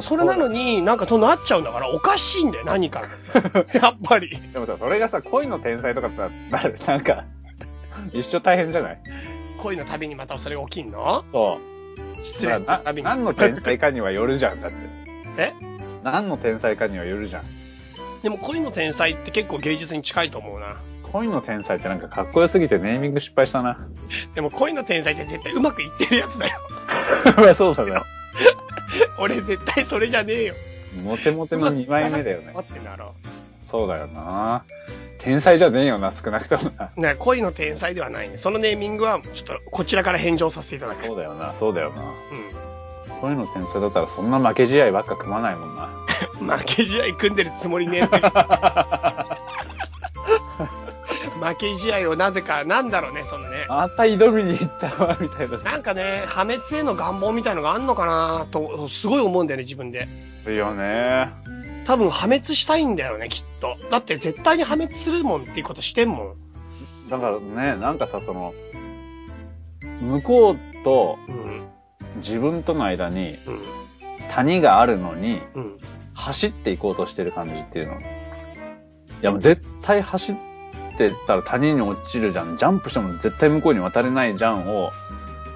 A: それなのに、なんかそうなっちゃうんだから、おかしいんだよ、何か が。やっぱり。
C: でもさ、それがさ、恋の天才とかってなる。なんか、一生大変じゃない
A: 恋の旅にまたそれが起きんの
C: そ
A: 失
C: う。
A: 恋する旅に
C: 何の天才かにはよるじゃん、だって。
A: え
C: 何の天才かにはよるじゃん。
A: でも恋の天才って結構芸術に近いと思うな。
C: 恋の天才ってなんかかっこよすぎてネーミング失敗したな。
A: でも恋の天才って絶対うまくいってるやつだよ。
C: まあそうだね。
A: 俺絶対それじゃねえよ。
C: モテモテの2枚目だよね
A: 待。ってんだろ
C: そうだよな。天才じゃねえよな、少なくともな。
A: う。ね恋の天才ではないね。そのネーミングはちょっとこちらから返上させていただく。
C: そうだよな、そうだよな。
A: う
C: 恋の天才だったらそんな負け試合ばっか組まないもんな。
A: ん。負け試合組んでるつもりねえん だけど負け試合をなぜか、なんだろうね、そのね。
C: 朝挑みに行ったわ、みたいな。
A: なんかね、破滅への願望みたいのがあんのかなと、すごい思うんだよね、自分で。
C: いいよね。
A: 多分破滅したいんだよね、きっと。だって絶対に破滅するもんっていうことしてんもん。
C: だからね、なんかさ、その、向こうと
A: うん。
C: 自分との間に
A: うん。
C: 谷があるのに
A: うん。
C: 走っていこうとしてる感じっていうの。いやもう絶対走ってたら谷に落ちるじゃん。ジャンプしても絶対向こうに渡れないじゃんを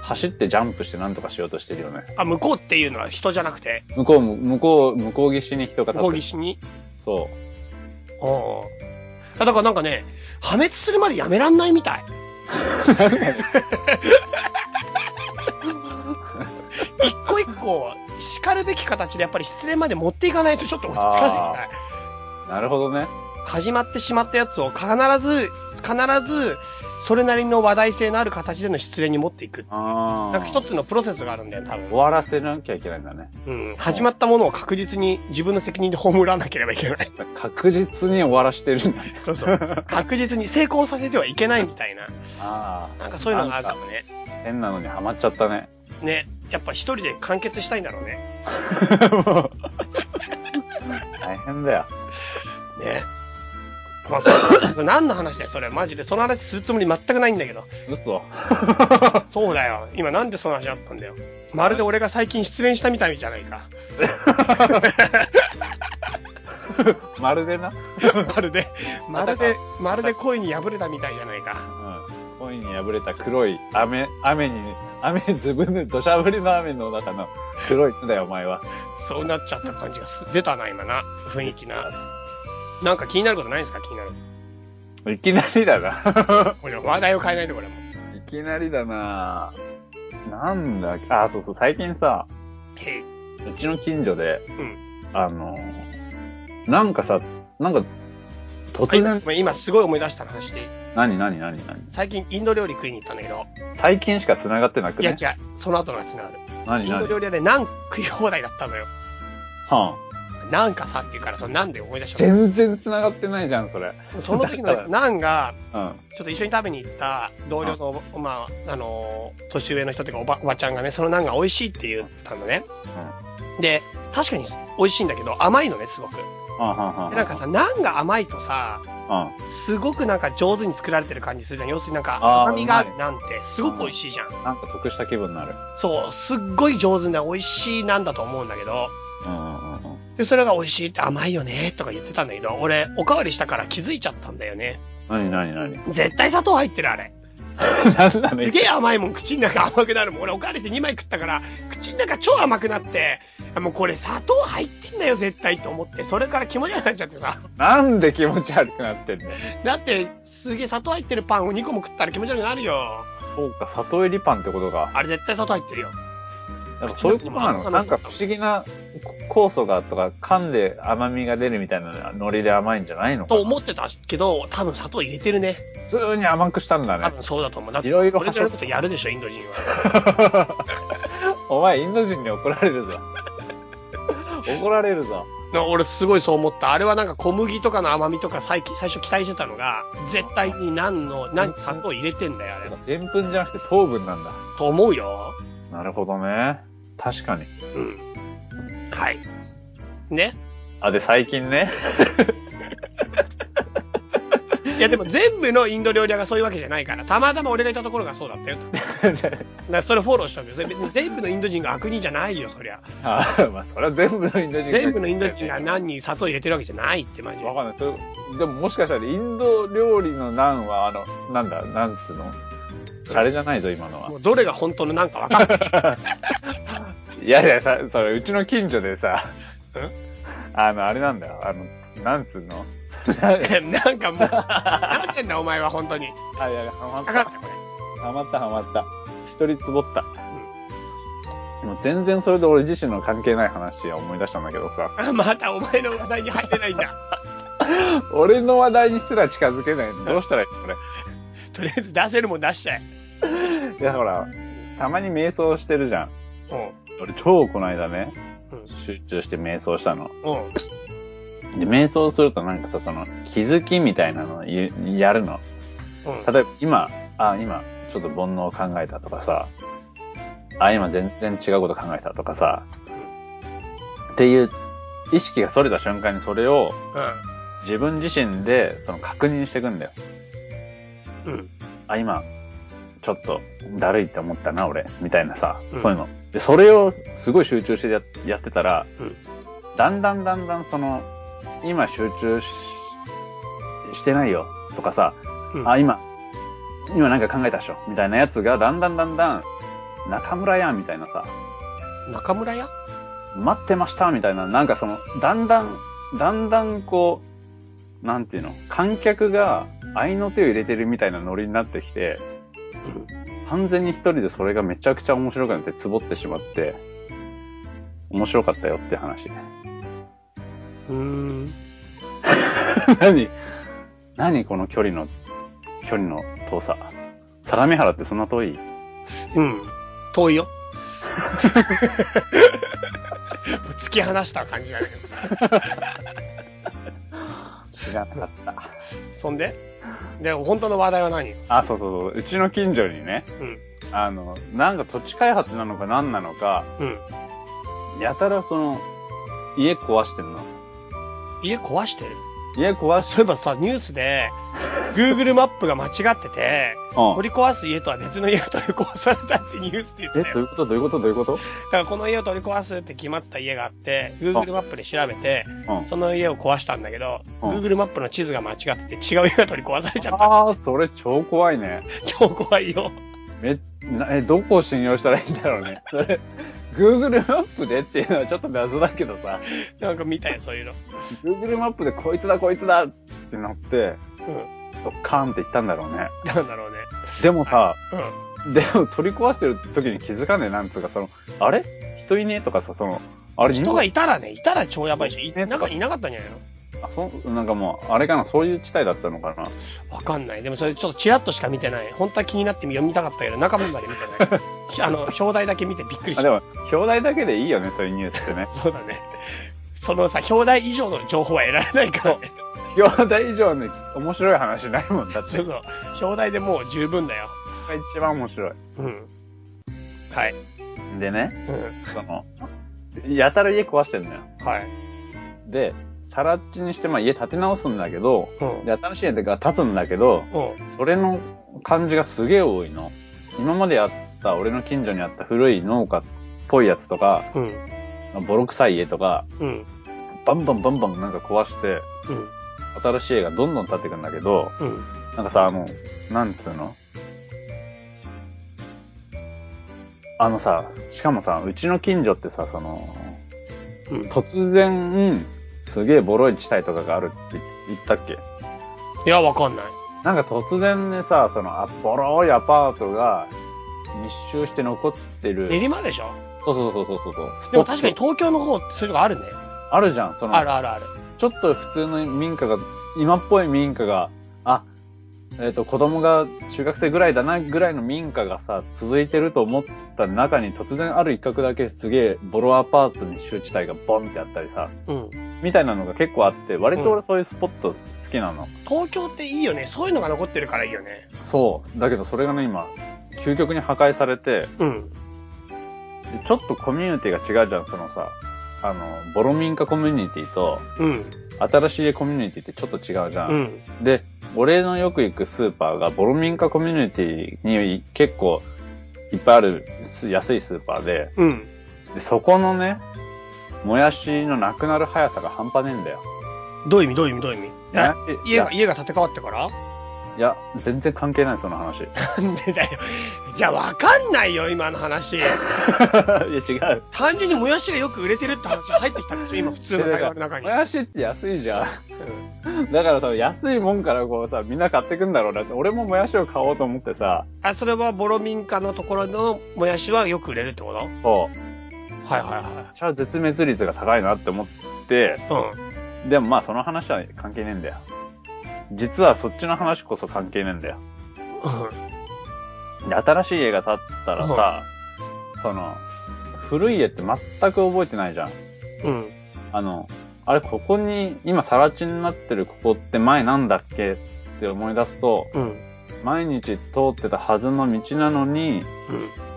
C: 走ってジャンプしてなんとかしようとしてるよね。
A: あ、向こうっていうのは人じゃなくて、
C: 向こうも、向こう、向こう岸に人が
A: 向こう
C: 立つ。
A: 岸に。
C: そ
A: うんうん。だからなんかね、破滅するまでやめらんないみたい。一個一個、叱るべき形でやっぱり失恋まで持っていかないとちょっと落ち着かないみたい。
C: う。なるほどね。
A: 始まってしまったやつを必ず、必ず、それなりの話題性のある形での失恋に持っていく。
C: あ
A: なんか
C: あ。
A: 一つのプロセスがあるんだよ、多分。
C: 終わらせなきゃいけないんだね。
A: うん。始まったものを確実に自分の責任で葬らなければいけ ない。
C: 確実に終わらしてるんだね。
A: そうそう。確実に成功させてはいけないみたいな。
C: あ
A: なんかそういうのがあるかもね。
C: あ。変なのにハマっちゃっ たね。
A: ね。やっぱ一人で完結したいんだろうね。
C: もう大変だよ。
A: ね。まあ、そう何の話だよ、それ。マジで。その話するつもり全くないんだけど。
C: 嘘。
A: そうだよ。今なんでその話だったんだよ。まるで俺が最近失恋したみたいじゃないか。
C: まるでな。
A: まるで、まるで、まるで恋に破れたみたいじゃないか。
C: うん。恋に破れた黒い雨、雨に、雨、ずぶぬ、土砂降りの雨の中の黒いんだよ、お前は。
A: そうなっちゃった感じがす出たな、今な。雰囲気な。なんか気になることないんですか気になるこ
C: いきなりだな。
A: と。これ話題を変え ないで、これも。
C: いきなりだな。なんだっけ、あ、そうそう、最近さ、
A: へい。
C: うちの近所で、
A: うん。
C: あの、なんかさ、なんか、突然、
A: はい今すごい思い出した話で、
C: 何何何何
A: 最近インド料理食いに行ったんだけど、
C: 最近しか繋がってなく
A: いや違
C: ね
A: う、その後のやつがある。
C: 何
A: インド
C: 何
A: 料理屋でナン食い放題だったのよ。
C: は
A: ナンかさって言うから、そのナンで思い出し
C: あ、
A: ちゃっ
C: 全然繋がってないじゃん、それ。
A: た。その時
C: だから
A: のナンが、
C: うん。
A: ちょっと一緒に食べに行った同僚の、まあ、あのー、年上の人っていうかおば、おばちゃんがね、そのナンが美味しいって言ったのね。で、確かに美味しいんだけど、甘いのね、すごく。
C: はんはんはん。
A: で、なんかさ、ナンが甘いとさ、
C: うん。
A: すごくなんか上手に作られてる感じするじゃん。要するになんか、
C: あー
A: 甘みがある
C: う
A: ナンって、すごく美味しいじゃん。
C: なんか得した気分になる。
A: そう、すっごい上手な美味しいナンだと思うんだけど、
C: うんうんうんうん。
A: で、それが美味しいって甘いよね、とか言ってたんだけど、俺、おかわりしたから気づいちゃったんだよね。
C: 何 何何
A: 絶対砂糖入ってる、あれ。
C: 何なの
A: すげえ甘いもん、口の中甘くなるもん。俺、おかわりして2枚食ったから、口の中超甘くなって、あもうこれ砂糖入ってんだよ、絶対と思って、それから気持ち悪くなっちゃってさ。
C: なんで気持ち悪くなってんだよ。
A: だって、すげえ砂糖入ってるパンを2個も食ったら気持ち悪くなるよ。
C: そうか、里襟パンってことか。
A: あれ、絶対砂糖入ってるよ。
C: やっぱそういうことな
A: 口の中にも甘さ
C: の
A: な
C: なんん
A: か
C: か不思議なこ酵素がとか、噛んで甘みが出るみたいなノリで甘いんじゃないのか
A: と
C: な
A: 思ってたけど、多分砂糖入れてるね。
C: 普通に甘くしたんだ
A: 多
C: ね。
A: 分そうだと思う。だって、
C: いろいろ
A: 俺のことやるでしょ、インド人は。
C: お前、インド人に怒られるぞ。 怒られるぞ。
A: な俺すごいそう思った。あれはなんか小麦とかの甘みとか最近最初期待してたのが、絶対に何の、何砂糖入れてんだよ、あれ。
C: でんぷんじゃなくて糖分なんだ。
A: と思うよ。
C: なるほどね。確かに。
A: うん。はい。ね。
C: あ、で、最近ね。
A: いやでも全部のインド料理屋がそういうわけじゃないから、たまたま俺がいたところがそうだったよ。だからそれフォローしたんですよ。別に全部のインド人が悪人じゃないよ、そりゃ。
C: あーまあ、それは全部のインド人
A: 全部のインド人が何に砂糖入れてるわけじゃないって、マジで。
C: わかんない。それでももしかしたらインド料理のナンは、あの、なんだ、なんつうのあれじゃないぞ、今のは
A: も。うどれが本当のなんかわかんない。
C: いやいや、さ、それ、うちの近所でさ
A: ん、
C: あの、あれなんだよ。あの、なんつうの
A: なんかもう、なんてんだお前は本当に。
C: あ、いや、ハマっ。
A: かかったた、これ。
C: ハマった、ハマった。一人つぼった。もう全然それで俺自身の関係ない話を思い出したんだけどさ、
A: あまたお前の話題に入ってないんだ。
C: 俺の話題にすら近づけないのどうしたらいいのこれ。
A: とりあえず出せるもん出しちゃえ。
C: いや、ほら、たまに瞑想してるじゃん。
A: う
C: 俺、超この間ね、
A: うん
C: 集中して瞑想したの。
A: ん。うん。
C: で、瞑想するとなんかさ、その、気づきみたいなのをゆやるの。
A: うん。
C: 例えば、今、あ、今、ちょっと煩悩を考えたとかさ、あ、今全然違うこと考えたとかさ、っていう、意識がそれた瞬間にそれを自分自身でその確認していくんだよ。
A: うん。うん。
C: あ、今、ちょっとだるいって思ったな、俺、みたいなさ、
A: うん
C: そういうの。で、それをすごい集中してややってたら、
A: うん
C: だんだんだんだんその、今集中ししてないよとかさ、
A: うん
C: あ、今、今なんか考えたでしょ、みたいなやつがだんだんだんだん、中村やんみたいなさ、
A: 中村屋
C: 待ってましたみたいな、なんかその、だんだん、だんだんこう、なんていうの、観客が愛の手を入れてるみたいなノリになってきて、完全に一人でそれがめちゃくちゃ面白くなって、つぼってしまって、面白かったよって話。
A: うん。うーん。
C: 何何この距離の、距離の遠さ。相模原ってそんな遠い
A: うん。遠いよ。もう突き放した感じだけど。
C: 知らなかった。
A: そんでで、本当の話題は何
C: あ、そうそうそう。うちの近所にね、
A: うん。
C: あの、なんか土地開発なのか何なのか、
A: うん。
C: やたらその、家壊してんの。
A: 家壊してる
C: 家壊し
A: そういえばさ、ニュースで、Google マップが間違ってて、
C: うん。
A: 取り壊す家とは別の家が取り壊されたってニュースって言っ
C: え、
A: てた
C: どう
A: よ。
C: いうことどういうことどういうこと
A: だからこの家を取り壊すって決まってた家があって、Google マップで調べて、
C: うん。
A: その家を壊したんだけど、
C: うん
A: Google マップの地図が間違ってて違う家が取り壊されち ゃった。
C: ああ、それ超怖いね。
A: 超怖いよ。
C: め、なえ、どこを信用したらいいんだろう ね。それ、Google マップでっていうのはちょっと謎だけどさ、
A: なんか見たよ、そういうの。
C: Google マップでこいつだこいつだってなって、
A: うん。
C: ドッカーンって言ったんだろうね。
A: なんだろうね。
C: でもさ、
A: うん。
C: でも取り壊してる時に気づかねえなんつうか、その、あれ人いねえとかさ、その、あれ
A: 人がいたらね、いたら超やばいし、い
C: ね
A: 中にいなかったんじゃないの
C: あそうなんかもう、あれかな、そういう地帯だったのかな。
A: わかんない。でもそれちょっとチラッとしか見てない。本当は気になって読みたかったけど、中身まで見て ない。あの、表題だけ見てびっくりし
C: あ
A: た
C: で。も、表題だけでいいよね、そういうニュースってね。
A: そうだね。そのさ、表題以上の情報は得られないからね。
C: 表題以上の面白い話ないもんだって。
A: そうそう。表題でもう十分だよ。
C: 一番面白い。
A: うん。はい。
C: でね、
A: うん。
C: その、やたら家壊してんのよ。
A: はい。
C: で、さらっちにして、まあ家建て直すんだけど、
A: うん。
C: で、新しい家が建つんだけど、
A: うん。
C: それの感じがすげえ多いの。今までやった、俺の近所にあった古い農家っぽいやつとか、
A: うん。
C: ボロ臭い家とか、
A: うん。
C: バンバンバンバンなんか壊して、
A: うん。
C: 新しい家がどんどん建ってくんだけど、
A: うん。
C: なんかさ、あの、なんつうのあのさ、しかもさ、うちの近所ってさ、その、
A: うん。
C: 突然、すげえボロい地帯とかがあるって言ったっけ
A: いや、わかんない。
C: なんか突然ねさ、その、あボロいアパートが密集して残ってる。
A: 練馬でしょ
C: そうそうそうそうそう。
A: でも確かに東京の方ってそういうとこあるね。
C: あるじゃん、その、
A: あるあるある。
C: ちょっと普通の民家が、今っぽい民家が、あ、えっ、と、子供が中学生ぐらいだなぐらいの民家がさ、続いてると思った中に突然ある一角だけすげえボロアパートに集地帯がボンってあったりさ、
A: うん。
C: みたいなのが結構あって、割と俺そういうスポット好きなの。
A: 東京っていいよね。そういうのが残ってるからいいよね。
C: そう。だけどそれがね、今、究極に破壊されて、
A: うん。
C: でちょっとコミュニティが違うじゃん、そのさ、あの、ボロ民家コミュニティと、
A: うん。
C: 新しい家コミュニティってちょっと違うじゃ
A: うん。
C: で、俺のよく行くスーパーが、ボロ民家コミュニティに結構いっぱいあるす安いスーパーで、
A: うん。
C: でそこのね、もやしのなくなる速さが半端ねえんだよ。
A: どういう意味どういう意味どういう意味
C: もや
A: え
C: しい
A: 家
C: や
A: が、、家が建て替わってから
C: いや、全然関係ない、その話。い
A: なんでだよ。じゃあわかんないよ、今の話。
C: や、違う。
A: 単純にもやしがよく売れてるって話が入ってきたんですよ、今普通の会話の中に
C: も。やしって安いじゃん。だからさ、安いもんからこうさ、みんな買ってくんだろうなって、俺ももやしを買おうと思ってさ、
A: あ、それはボロ民家のところのもやしはよく売れるってことはい
C: そう、
A: はいは
C: じゃあ絶滅率が高いなって思って、
A: い。うん。
C: でもまあその話は関係ねえんだよ。実はそっちの話こそ関係ねえんだよ。で、新しい家が建ったらさ、その、古い家って全く覚えてないじゃん。
A: うん。うん。
C: あの、あれここに、今更地になってるここって前なんだっけって思い出すと、
A: うん。
C: 毎日通ってたはずの道なのに、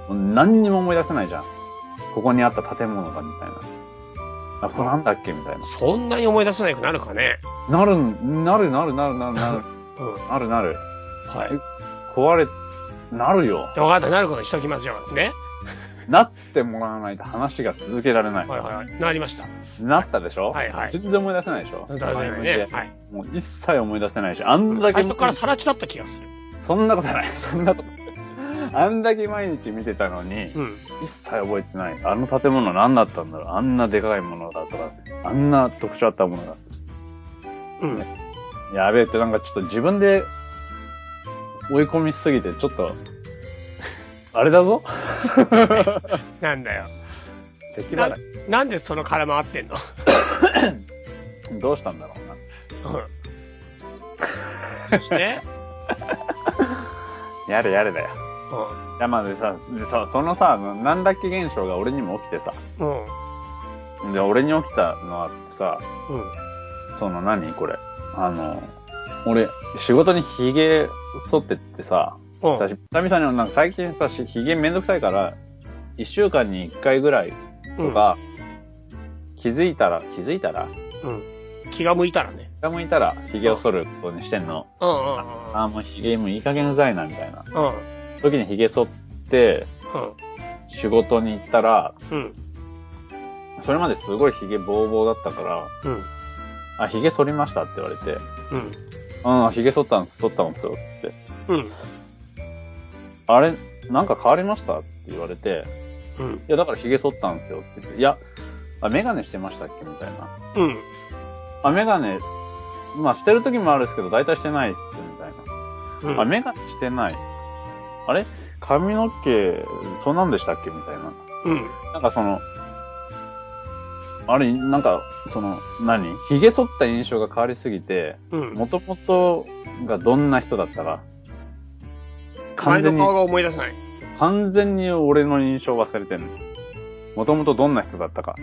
A: うん。
C: もう何にも思い出せないじゃん。ここにあった建物がみたいな。あ、これなんだっけみたいな。
A: そんなに思い出せなくなるかね。
C: なるん、なるなるなるなるなる
A: うん。
C: なるなる。
A: はい。
C: 壊れなるよ。
A: で分かった、なることにしときましょう。ね。
C: なってもらわないと話が続けられない。
A: はいはい。なりました。
C: なったでしょ
A: はいはい
C: 全然思い出せないでしょ
A: 大丈夫ね。はい。
C: もう一切思い出せないし、あんだけ
A: 最、初からさら地だった気がする。
C: そんなことない。そんなことない。あんだけ毎日見てたのに、
A: うん。
C: 一切覚えてない。あの建物何だったんだろうあんなでかいものだとか、あんな特徴あったものだ。
A: うん。
C: やべえってなんかちょっと自分で追い込みすぎて、ちょっと、あれだ ぞ
A: なんだよ。
C: 咳払
A: なんでその空回ってんの
C: い。どうしたんだろうな。
A: うんそし て、
C: やれやれだよ。
A: う
C: いやまあでさ、でさ、そのさ、なんだっけ現象が俺にも起きてさ、
A: ん。うん。
C: で、俺に起きたのあってさ、
A: うん。
C: その何これ。あの、俺、仕事に髭剃ってってさ、
A: うん。
C: さ、久々になんか最近さ、し髭めんどくさいから、一週間に一回ぐらいとか、気づいたら、気づいたら、
A: うん。気が向いたらね。
C: 下向いたら髭を剃ることにしてんの。
A: うんうん
C: ああ、もう髭もいい加減うざいな、みたいな。
A: うん。うん。
C: 時に髭剃って、仕事に行ったら、
A: うん。うん。
C: それまですごい髭ボーボーだったから、
A: うん。
C: あ、髭剃りましたって言われて、
A: うん。
C: うん、髭剃ったんです、剃ったんですよって。
A: うん。
C: あれ、なんか変わりましたって言われて、
A: うん。
C: いや、だから髭剃ったんですよって言って、いや、あ、メガネしてましたっけみたいな。
A: うん。
C: あ、メガネ、まあしてる時もあるんですけど、大体してないっす、みたいな。
A: うん。
C: あ、メガネしてない。あれ髪の毛、そんなんでしたっけみたいな。
A: うん。
C: なんかその、あれ、なんか、その、何髭剃った印象が変わりすぎて、
A: うん。
C: もともとがどんな人だったか、
A: 前
C: 完全
A: の
C: に
A: 顔、が思い出せない。
C: 完全に俺の印象忘れてんの。もともとどんな人だったか。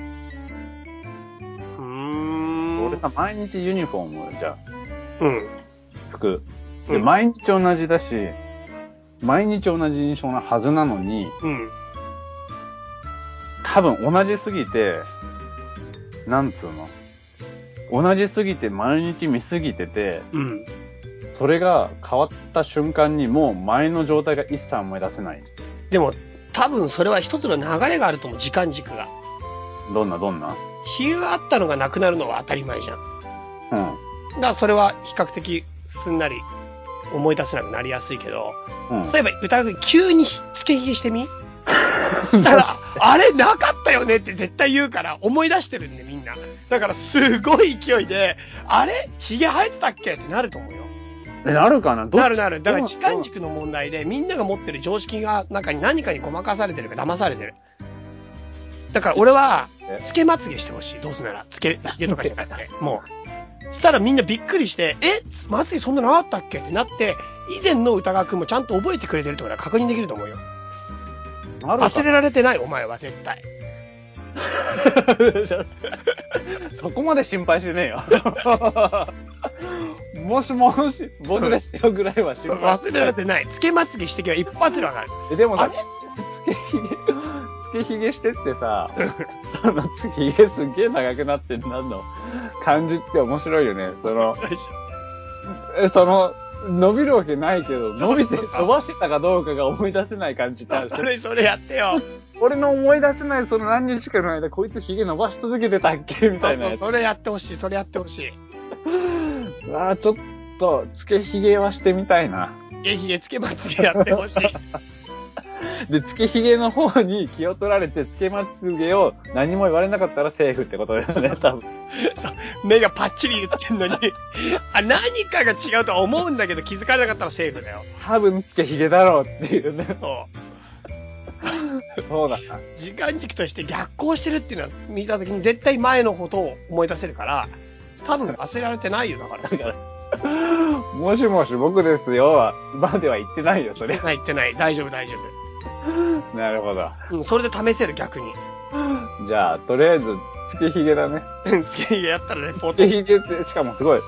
A: うーん。
C: 俺さ、毎日ユニフォームじゃん
A: うん。
C: 服。
A: う
C: で、
A: ん
C: 毎日同じだし、毎日同じ印象なはずなのに、
A: うん。
C: 多分同じすぎて、なんつうの同じすぎて毎日見すぎてて、
A: うん。
C: それが変わった瞬間にもう前の状態が一切思い出せない。
A: でも、多分それは一つの流れがあると思う、時間軸が。
C: どんなどんな
A: 比喩があったのがなくなるのは当たり前じゃん。
C: うん。
A: だからそれは比較的すんなり思い出せなくなりやすいけど、
C: うん。
A: そういえば歌君急にひつけひげして みしたら、あれなかったよねって絶対言うから思い出してるんでみんな。だからすごい勢いで、あれひげ生えてたっけってなると思うよ。
C: え、なるかなどっ
A: なるなる。だから時間軸の問題でみんなが持ってる常識が中に何かにごまかされてるか騙されてる。だ から俺は
C: え、
A: つけまつげしてほしい。どうせなら。つけ、ひげとかじゃなく て。もう。したらみんなびっくりして、えまつげそんなのあったっけってなって、以前の歌川くんもちゃんと覚えてくれてるってことは確認できると思うよ。
C: なるか
A: 忘れられてない、お前は絶対。
C: そこまで心配しね えよ。もしもし、僕ですよぐらいは心配
A: 忘れられてない。つけまつげしてけば一発でわかる。
C: えでも
A: あ
C: さ、
A: れ
C: つけひげ、つけひげしてってさ、 そのつけひげすっげえ長くなってんなんの感じって面白いよね。その、
A: 最初
C: え、その、伸びるわけないけど、
A: そう
C: 伸びて、伸ばしてたかどうかが思い出せない感じってあ る
A: それ、それやってよ。
C: 俺の思い出せないその何日かの間、こいつひげ伸ばし続けてたっ けみた
A: そうそう、
C: いなやつ。
A: それやってほしい、それやってほしい。
C: ああ、ちょっと、つけひげはしてみたいな。
A: えひげつけまつげやってほしい。
C: で、つけひげの方に気を取られて、つけまつげを何も言われなかったらセーフってことですね、多分。
A: 目がパッチリ言ってんのに、 あ、何かが違うとは思うんだけど気づかれなかったらセーフだよ。
C: 多分つけひげだろうっていうね。
A: そう。
C: そうだな。
A: 時間軸として逆行してるっていうのは見た時に絶対前のことを思い出せるから、多分忘れられてないよ、だから。
C: もしもし僕ですよは、までは言ってないよ、そ
A: 言っ
C: れ
A: て。ない、言ってない。大丈夫、大丈
C: なるほど。
A: 夫。うん、それで試せる、逆に。
C: じゃあ、とりあえず、つけひげだね。
A: うん、つけひげやったらレポー
C: つけ
A: ト。
C: ひげって、しかもすごい、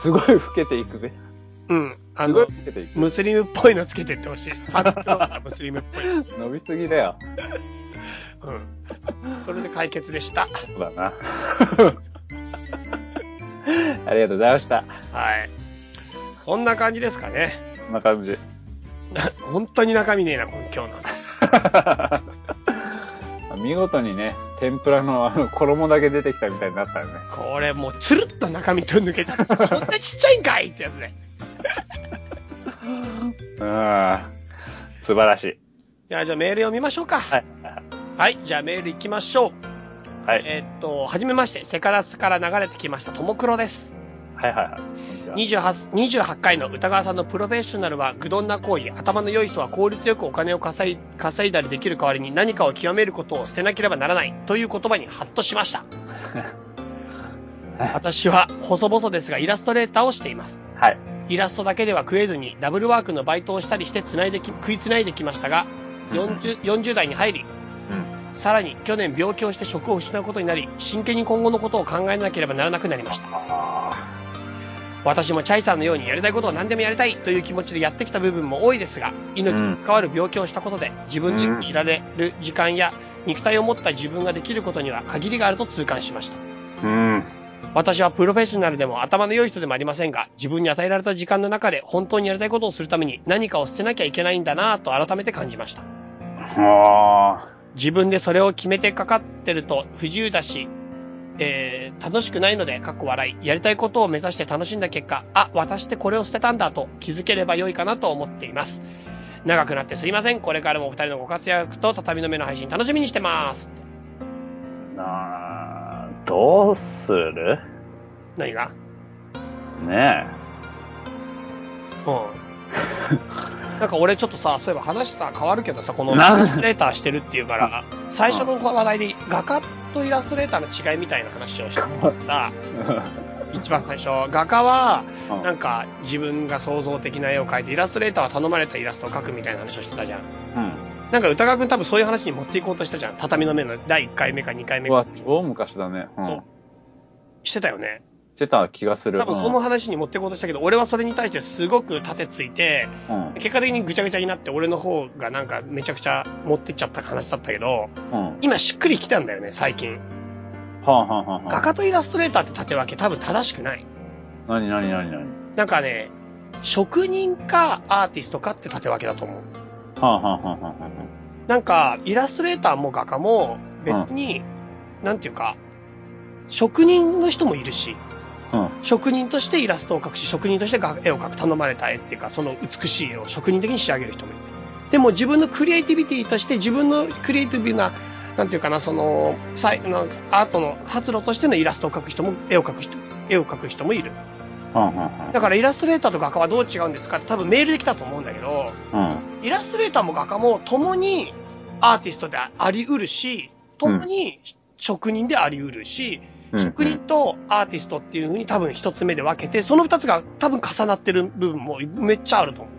C: すごい老けていくね。
A: うん、あ
C: すごい
A: の
C: 老、けていく。
A: ムスリムっぽいのつけてってほしい。サンタクロースがムスリムっぽい。うん。
C: 伸びすぎだよ。
A: それで解決でした。
C: そうだな。 ありがとうございました。
A: はい。そんな感じですかね。
C: こんな感じ。
A: う本当に中身ねえな、この今日の。
C: 見事にね、天ぷらのあの衣だけ出てきたみたいになったよね。
A: これもうつるっと中身と抜けちゃった。こんなちっちゃいんかいってやつね。
C: うん。素晴らしい。。
A: じゃあ、じゃあメール読みましょうか。はいじゃあメール行きましょう。
C: はい。
A: えーっと、はじめまして、セカラスから流れてきました、ともクロです。
C: はいはいはい。
A: 28, 28回の歌川さんのプロフェッショナルは愚鈍な行為、頭の良い人は効率よくお金を稼い稼いだりできる代わりに何かを極めることを捨てなければならないという言葉にハッとしました。私は細々ですがイラストレーターをしています。
C: はい。
A: イラストだけでは食えずにダブルワークのバイトをしたりしてつないでき食いつないできましたが 40, 40代に入り
C: うん。
A: さらに去年病気をして職を失うことになり真剣に今後のことを考えなければならなくなりました
C: あ
A: 私もチャイさんのようにやりたいことを何でもやりたいという気持ちでやってきた部分も多いですが命に関わる病気をしたことで自分に生きられる時間や肉体を持った自分ができることには限りがあると痛感しました
C: ーうん。
A: 私はプロフェッショナルでも頭の良い人でもありませんが、自分に与えられた時間の中で本当にやりたいことをするために何かを捨てなきゃいけないんだなぁと改めて感じました。
C: あ
A: 自分でそれを決めてかかってると不自由だし、えー、楽しくないので、かっこ笑い、やりたいことを目指して楽しんだ結果、あ、私ってこれを捨てたんだと気づければ良いかなと思っています。長くなってすいません。これからもお二人のご活躍と畳の目の配信楽しみにしてます。
C: ーなーどうする
A: 何が
C: ね
A: うん。なんか俺ちょっとさ、そういえば話さ、変わるけどさ、このイ
C: なん
A: ラストレーターしてるっていうから、最初の話題で画家とイラストレーターの違いみたいな話をしてさ、
C: え。
A: 一番最初、画家は、
C: うん
A: なんか自分が創造的な絵を描いて、イラストレーターは頼まれたイラストを描くみたいな話をしてたじゃん。
C: うん。
A: なんか歌川くん多分そういう話に持っていこうとしたじゃん。畳の目の第1回目か2回目
C: うわ
A: か。、
C: 超昔だね。うん。
A: そう。してたよね。
C: してた気がする。
A: 多分その話に持っていこうとしたけど、俺はそれに対してすごく盾ついて、
C: うん。うん。
A: 結果的にぐちゃぐちゃになって俺の方がなんかめちゃくちゃ持ってっちゃった話だったけど
C: うん。
A: 今しっくりきたんだよね最近
C: はんはんはんは
A: 画
C: ん。
A: 家とイラストレーターって縦分け多分正しくない
C: なになになになに
A: なんかね職人かアーティストかって縦分けだと思う
C: はんはんはんはんはんはん。
A: なんかイラストレーターも画家も別に、なんていうか職人の人もいるし
C: うん。
A: 職人としてイラストを描くし職人として画絵を描く頼まれた絵っていうかその美しい絵を職人的に仕上げる人もいるでも自分のクリエイティビティとして自分のクリエイティブななんていうかなそのさいなんかアートの発露としてのイラストを描く人も絵を描く人絵を描く人もいる
C: はんはんはん。
A: だからイラストレーターと画家はどう違うんですかって多分メールできたと思うんだけど
C: うん。
A: イラストレーターも画家も共にアーティストであり得るし共に職人であり得るし、
C: うん
A: 職人。とアーティストっていう風に多分一つ目で分けて、その二つが多分重なってる部分もめっちゃあると思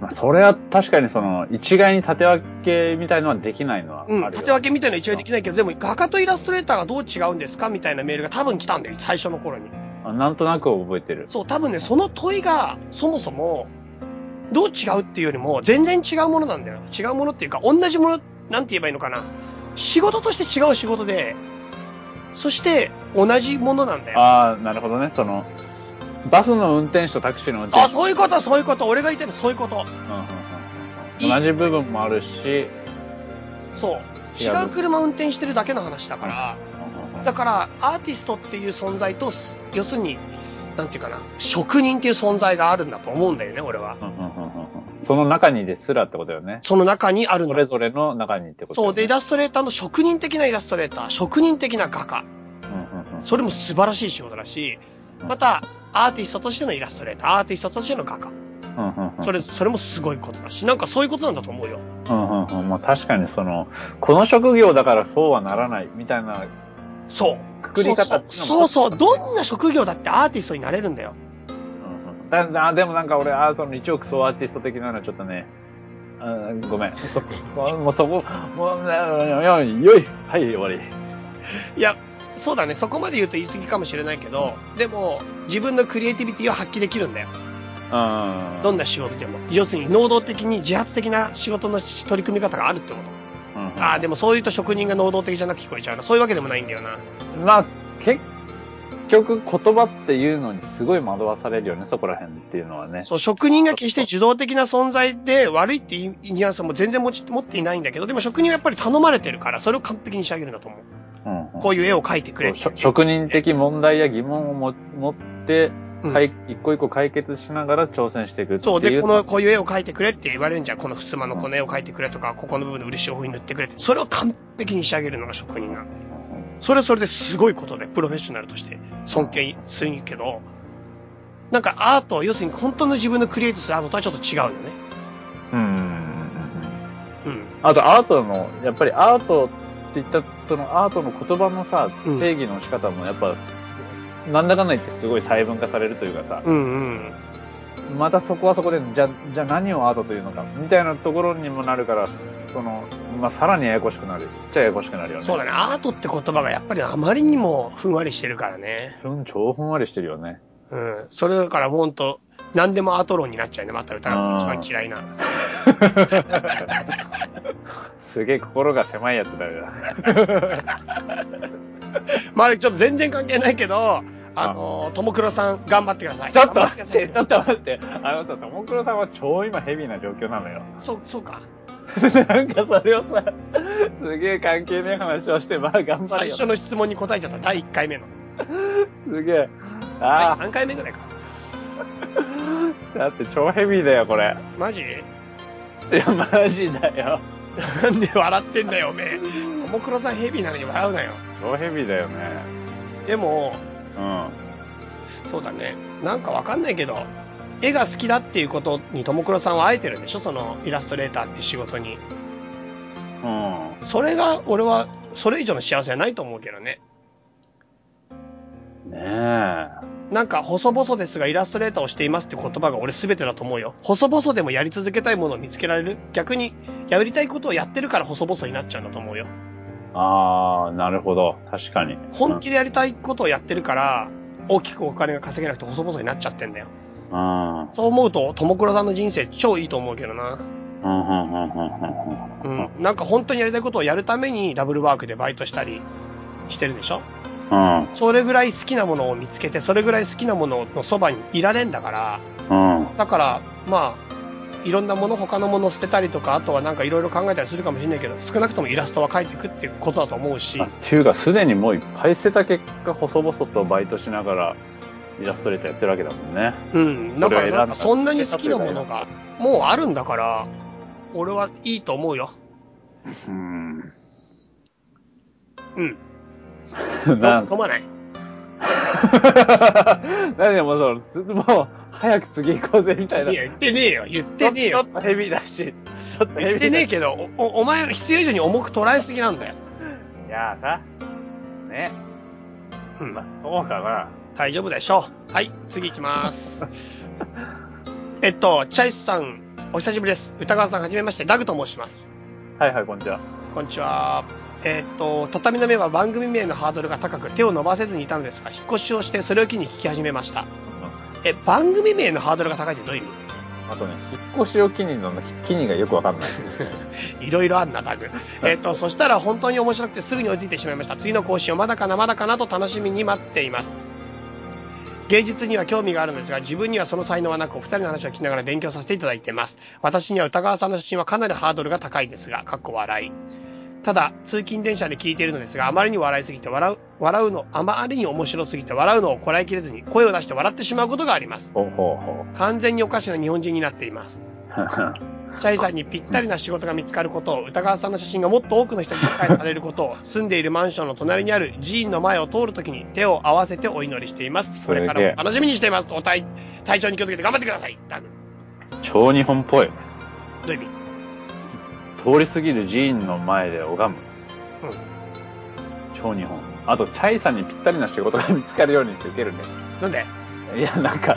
C: まあ、それは確かにその、一概に縦分けみたいのはできないのはあ
A: う。
C: る
A: うん。縦分
C: け
A: けみたいな一応できないけど、でも画家とイラストレーターがどう違うんですかみたいなメールが多分来たんだよ、最初の頃に。
C: なんとなく覚えてる。
A: そう、多分ね、その問いがそもそも、どう違うっていうよりも、全然違うものなんだよ。違うものっていうか、同じもの、なんて言えばいいのかな。仕事として違う仕事で、そして同じものなんだよ。
C: ああ、なるほどね。その、バスの運転手とタクシーの運転手。
A: あ、そういうこと、そういうこと。俺が言ってるのそういうこと。
C: うんうんうん
A: いい
C: 同じ部分もあるし、
A: そう。違
C: 違う
A: う車運転してるだけの話だから。
C: うんうんうん
A: だから、アーティストっていう存在と、す要するに、なんていうかな、職人っていう存在があるんだと思うんだよね、俺は。
C: うんうんうんうんその中にですらってことだよね。
A: その中にあるん
C: そ
A: だ。
C: れぞれの中にってこと
A: そう、で、イ
C: だ
A: ラ
C: よね。
A: ストレーターの職人的なイラストレーター、職人的な画家。
C: うんうんうん
A: それも素晴らしい仕事だし、また、アーティストとしてのイラストレーター、アーティストとしての画家。
C: うんうんうん
A: それ、それもすごいことだし、なんかそういうことなんだと思うよ。
C: うんうんうんまあ確かにその、この職業だからそうはならないみたいな
A: そう。
C: くくり方
A: そうそうそうそう、どんな職業だってアーティストになれるんだよ。
C: うんうんだあでもなんか俺、あその一億総アーティスト的なのはちょっとね、うんごめん。そそもうそこ、もう、うんよい、よい、はい、終わり。
A: いや、そうだね、そこまで言うと言い過ぎかもしれないけど、でも、自分のクリエイティビティを発揮できるんだよ。
C: うん。
A: ど
C: ん
A: んな仕事でも。要するに、能動的に自発的な仕事の取り組み方があるってこと。ああ、でもそう言うと職人が能動的じゃなく聞こえちゃうな。そういうわけでもないんだよな。
C: まあ、結局言葉っていうのにすごい惑わされるよね、そこら辺っていうのはね。
A: そう、職人が決して受動的な存在で悪いっていうニュアンスも全然持ち持っていないんだけど、でも職人はやっぱり頼まれてるから、それを完璧に仕上げるんだと思う。
C: うんうん
A: こういう絵を描いてくれって
C: しょ職人的問題や疑問をも持って、
A: うん
C: かい一個一個解決しながら挑戦していくっていう。
A: そう、で、この、こういう絵を描いてくれって言われるんじゃん。この襖のこの絵を描いてくれとか、ここの部分の漆を塗ってくれって。それを完璧に仕上げるのが職人なの。それはそれですごいことで、プロフェッショナルとして尊敬するけど、なんかアート、要するに本当の自分のクリエイトするアートとはちょっと違うよね。
C: うんうんうんう
A: う
C: ん。
A: ん。
C: あとアートの、やっぱりアートって言った、そのアートの言葉のさ、
A: うん
C: 定義の仕方もやっぱ、なんだかんだ言ってすごい細分化されるというかさ、
A: うんうん。
C: またそこはそこで、じゃ、じゃあ何をアートというのか、みたいなところにもなるから、その、まあ、さらにややこしくなる。じゃあややこしくなるよね。
A: そうだね。アートって言葉がやっぱりあまりにもふんわりしてるからね。
C: うん。超ふんわりしてるよね。
A: うん。それだからほんと、何でもアート論になっちゃうね。また歌が一番嫌いな。
C: すげえ心が狭いやつだよ。
A: まあちょっと全然関係ないけど、あの、ともくろさん頑張ってください。
C: ちょっと
A: 頑張
C: 待
A: く
C: っ
A: ださ
C: て、
A: い
C: ちょっと待って。あのさ、ともくろさんは超今ヘビーな状況なのよ。
A: そう、そうか。
C: なんかそれをさ、すげえ関係ねえ話をして、まあ頑張れ
A: 最
C: よ。
A: 初の質問に答えちゃった。第1回目の。
C: すげえ。
A: 第
C: あ
A: 3回目ぐらいか。
C: あ、だって超ヘビーだよ、これ。
A: マジ
C: いや、マジだよ。
A: なんで笑ってんだよ、おめえ。ともくろさんヘビーなのに笑うなよ。
C: 超ヘビーだよね。
A: でも、
C: うん。
A: そうだね。なんかわかんないけど、絵が好きだっていうことにともくろさんはあえてるんでしょそのイラストレーターって仕事に。
C: うん。
A: それが、俺は、それ以上の幸せはないと思うけどね。
C: ねえ。
A: なんか、細々ですが、イラストレーターをしていますって言葉が俺全てだと思うよ。細々でもやり続けたいものを見つけられる逆に、やりたいことをやってるから細々になっちゃうんだと思うよ。
C: ああ、なるほど。確かに。
A: 本気でやりたいことをやってるから、大きくお金が稼げなくて細々になっちゃってんだよ。
C: うん。うん。
A: そう思うと、ともくろさんの人生超いいと思うけどな。
C: うん。うん。うん。うん。
A: うん。なんか本当にやりたいことをやるためにダブルワークでバイトしたりしてるでしょ
C: うん。
A: それぐらい好きなものを見つけて、それぐらい好きなもののそばにいられんだから、
C: うん。
A: だから、まあ、いろんなもの、他のもの捨てたりとか、あとはなんかいろいろ考えたりするかもしれないけど、少なくともイラストは描いていくっていうことだと思うし
C: あっ、ていうか、すでにもういっぱい捨てた結果、細々とバイトしながら、イラストレーターやってるわけだもんね。
A: うん、だから
C: それを選んだ
A: なんかそんなに好きなものが、もうあるんだから、俺はいいと思うよ。
C: うん。
A: うん、と
C: なん
A: 飛ばない。
C: 何でもそのつ、もう、早く次行こうぜ、みたい
A: い
C: な。
A: や、言ってねえよ、言ってねえよ
C: ちょ。っとヘビーだし、ちょっとヘ
A: 言っ
C: ビ
A: て
C: ー
A: ね
C: だ
A: え
C: し。
A: けど、お、おお前が必要以上に重く捉えすぎなんだよ。
C: いやーさ、ね、
A: うん
C: まあ、そうかな。
A: 大丈夫でしょう。はい、次行き ます。えっと、チャイスさん、お久しぶりです。歌川さん、はじめまして、ダグと申します。
C: はいはい、こんにちは。
A: こんにちは。えっと、畳の目は番組名のハードルが高く、手を伸ばせずにいたのですが、引っ越しをして、それを機に聞き始めました。え、番組名のハードルが高いってどういう意
C: あとね、引っ越しを機にの、機にがよくわかんない。
A: 味いろいろあんな、ダグ。えっと、そしたら本当に面白くてすぐに落ち着いてしまいました。次の更新をまだかな、まだかなと楽しみに待っています。芸術には興味があるのですが、自分にはその才能はなく、お二人の話を聞きながら勉強させていただいてます。私には歌川さんの写真はかなりハードルが高いですが、かっこ笑い。ただ、通勤電車で聞いているのですが、あまりに笑いすぎて、笑う、笑うの、あまりに面白すぎて、笑うのをこらえきれずに、声を出して笑ってしまうことがあります。
C: ほうほう ほ
A: 完全におかしな日本人になっています。
C: う。
A: チャイさんにぴったりな仕事が見つかることを、歌川さんの写真がもっと多くの人に理解されることを、住んでいるマンションの隣にある寺院の前を通るときに手を合わせてお祈りしています。
C: す
A: こ
C: げえ
A: れからも楽しみにしています。お体、体調に気をつけて頑張ってください。ダグ。
C: 超日本っぽい。
A: どういう意味
C: 通り過ぎる寺院の前で拝む。
A: うん。
C: 超日本。あと、チャイさんにぴったりな仕事が見つかるようにって受けるね。
A: なんで
C: いや、なんか、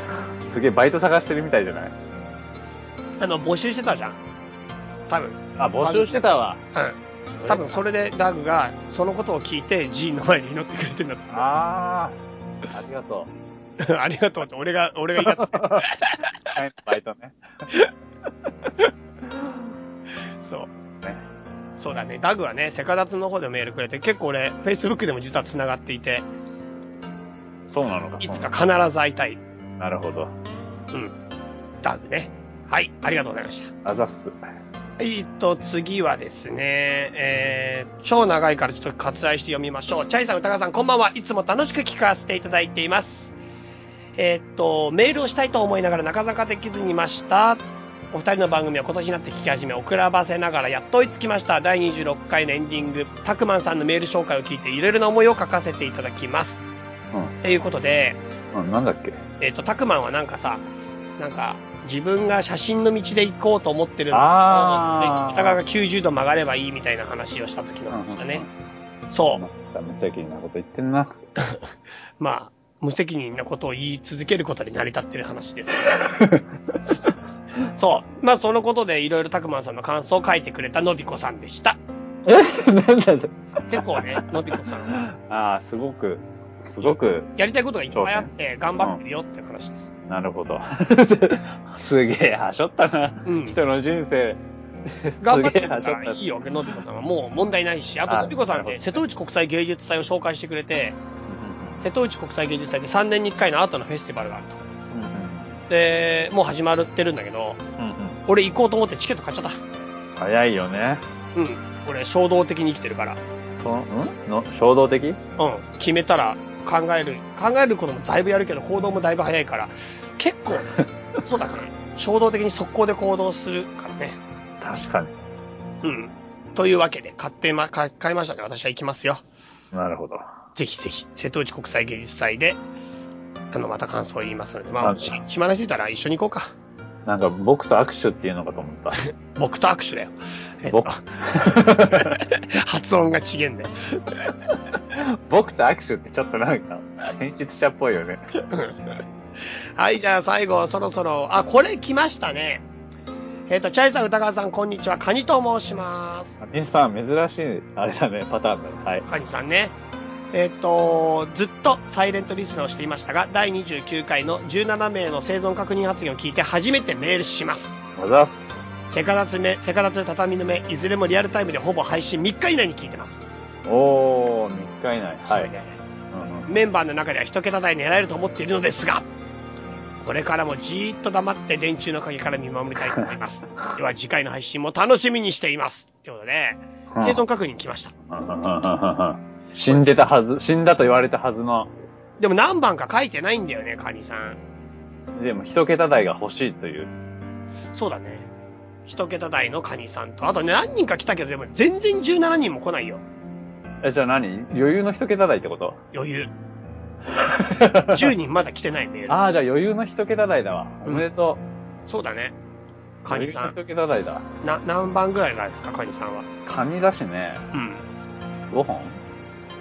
C: すげえバイト探してるみたいじゃない
A: あの、募集してたじゃん。多分。
C: あ、募集してたわ。
A: うん。多分それでダグが、そのことを聞いて寺院の前に祈ってくれてんだと思
C: ああ、ありがとう。
A: う。 ありがとうって、俺が、俺が 言い方。
C: はい、バイトね。
A: そう。
C: ね
A: そうだね。ダグはね、セカダツの方でもメールくれて、結構俺、Facebook でも実は繋がっていて、
C: そうなのか。
A: いつか
C: か。
A: 必ず会いたい。
C: なるほど。
A: うん。だね。はい、ありがとうございました。
C: あざっす。
A: えっと、次はですね、えー、超長いからちょっと割愛して読みましょう。チャイさん、歌川さん、こんばんは。いつも楽しく聞かせていただいています。えーっと、メールをしたいと思いながらなかなかできずにいました。お二人の番組は今年になって聞き始め、遅らばせながらやっと追いつきました。第26回のエンディング、たくまんさんのメール紹介を聞いて、いろいろな思いを書かせていただきます。ということで、
C: うん。うん、なんだっけ。
A: えっ、と、タクマンはなんかさ、なんか、自分が写真の道で行こうと思ってるの
C: あー
A: で片側が90度曲がればいいみたいな話をした時の話だね。そ
C: また無責任なこと言ってんな。
A: う。まあ、無責任なことを言い続けることに成り立ってる話 です。そう。まあ、そのことでいろいろタクマンさんの感想を書いてくれたのびこさんでした。
C: え なんだろ
A: 結構ね、のびこさんは、
C: ああ、すごく、すごく、
A: やりたいことがいっぱいあって頑張ってるよって話です。
C: なるほど。 すげえ、はしょったな。
A: うん。
C: 人の人生。
A: 頑張ってる
C: すげえ
A: か
C: はしょっ
A: ら
C: た
A: いいよ、のびこさんは。もう問題ないし、あ
C: あ
A: とのびこさ
C: なんるほど
A: ね、瀬戸内国際芸術祭を紹介してくれて、
C: う
A: 瀬戸内国際芸術祭で3年に1回のアートのフェスティバルがあると。
C: んうん
A: で、もう始まってるんだけど、
C: うんうん
A: 俺行こうと思ってチケット買っちゃった。
C: 早いよね。
A: うん。俺衝動的に生きてるから。
C: そんの衝動的
A: うん。決めたら考える。考えることもだいぶやるけど、行動もだいぶ早いから、結 構、そうだね。衝動的に速攻で行動するからね。
C: 確かに。
A: うん。というわけで、買ってま、買買いましたね。私は行きますよ。
C: なるほど。
A: ぜひぜひ、瀬戸内国際芸術祭で、あの、また感想を言いますので、ま
C: は
A: あ、
C: い
A: し暇な人いたら一緒に行こうか。
C: なんか僕と握手っていうのかと思った。
A: 僕と握手だよ。えっと
C: 僕
A: 発音がちげえんだよ。
C: 僕と握手ってちょっとなんか、変質者っぽいよね。
A: はい、じゃあ最後、そろそろ、あ、これ来ましたね。えっ、と、チャイさん、歌川さん、こんにちは。カニと申します。
C: ミスさん、珍しい、あれだね、パターンだね。はい。
A: カニさんね。えっ、と、ずっとサイレントリスナーをしていましたが、第29回の17名の生存確認発言を聞いて初めてメールします。
C: あざっす。
A: セカダツ目、セカダツ畳の目、いずれもリアルタイムでほぼ配信3日以内に聞いてます。
C: おー、3日以内。
A: すご
C: はいい。
A: ね。
C: うんうん
A: メンバーの中では一桁台狙えると思っているのですが、これからもじーっと黙って電柱の陰から見守りたいと思い ます。では次回の配信も楽しみにしています。ということで、生存確認来ました。
C: 死んでたはず、死んだと言われたはずの、
A: でも何番か書いてないんだよね、カニさん。
C: でも一桁台が欲しいという。
A: そうだね。一桁台のカニさんと、あとね、何人か来たけど、でも全然17人も来ないよ。
C: え、じゃあ何余裕の一桁台っ てこと
A: 余裕。10人まだ来てないメール。
C: ああ、じゃあ余裕の一桁台だわ。おめでと
A: そうだね。
C: う。
A: カニさん
C: 余裕の一桁台だ。
A: な、何番ぐらいがですか、カニさんは。
C: カニだしね。
A: うん。
C: 5本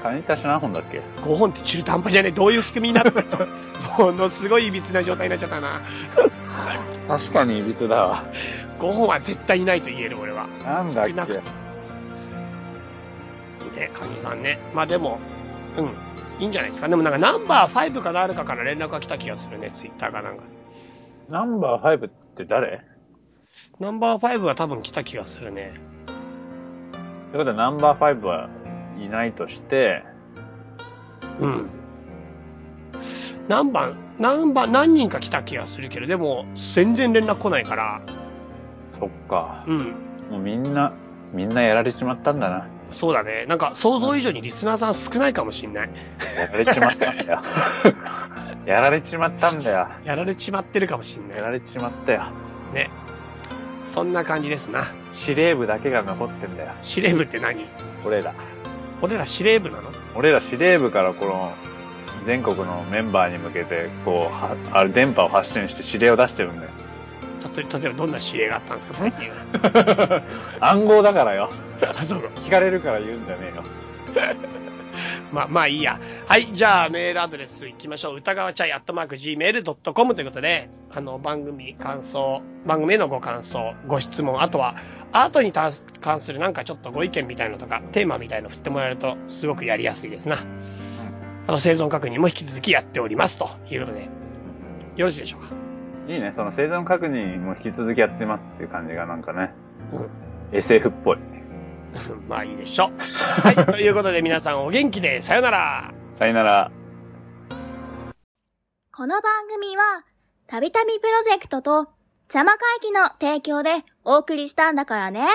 C: カニ足し何本だっけ
A: 5本って中途半端じゃねえ。どういう仕組みになってる のものすごい歪な状態になっちゃったな。
C: 確かにいびつだわ。
A: 5本は絶対いないと言える、俺は。
C: なんだっけ
A: 少なくともね、カニさんね。まあでも、うん。いいんじゃないですか。でもなんかナンバー5か誰かから連絡が来た気がするね、ツイッターかなんかで。
C: ナンバー5って誰って
A: ナンバー5は多分来た気がするね。
C: ことはナンバー5はいないとして、
A: うん。何番、何番、何人か来た気がするけど、でも、全然連絡来ないから、
C: そっか。
A: うん。
C: もうみんな、みんなやられちまったんだな。
A: そうだね。なんか想像以上にリスナーさん少ないかもしんない。
C: やられちまったん だよ。やられちまったんだよ。
A: やられちまってるかもしんな
C: や
A: い。
C: られちまったよ。
A: ね。そんな感じですな。
C: 司令部だけが残ってんだよ。
A: 司令部って何
C: 俺ら。
A: 俺ら司令部なの
C: 俺ら司令部からこの、全国のメンバーに向けて、こう、はあれ、電波を発信して指令を出してる んだよ。
A: たと例えばどんな指令があったんですか最近。
C: 暗号だからよ。
A: あ、そうか。
C: 聞かれるから言うんじゃねえよ。
A: ま、まあいいや。はい。じゃあメールアドレス行きましょう。歌川チャイアットマーク Gmail.com ということで、あの、番組感想、番組へのご感想、ご質問、あとは、アートにたす関するなんかちょっとご意見みたいのとか、テーマみたいの振ってもらえると、すごくやりやすいですな。あと、生存確認も引き続きやっております。ということで、よろしいでしょうか。
C: いいね、その生存確認も引き続きやってますっていう感じがなんかね、
A: うん
C: SF っぽい。
A: まあいいでしょう。はい。ということで皆さんお元気で、さよなら。
C: さよなら。
B: この番組は、たびたびプロジェクトと、邪魔会議の提供でお送りしたんだからね。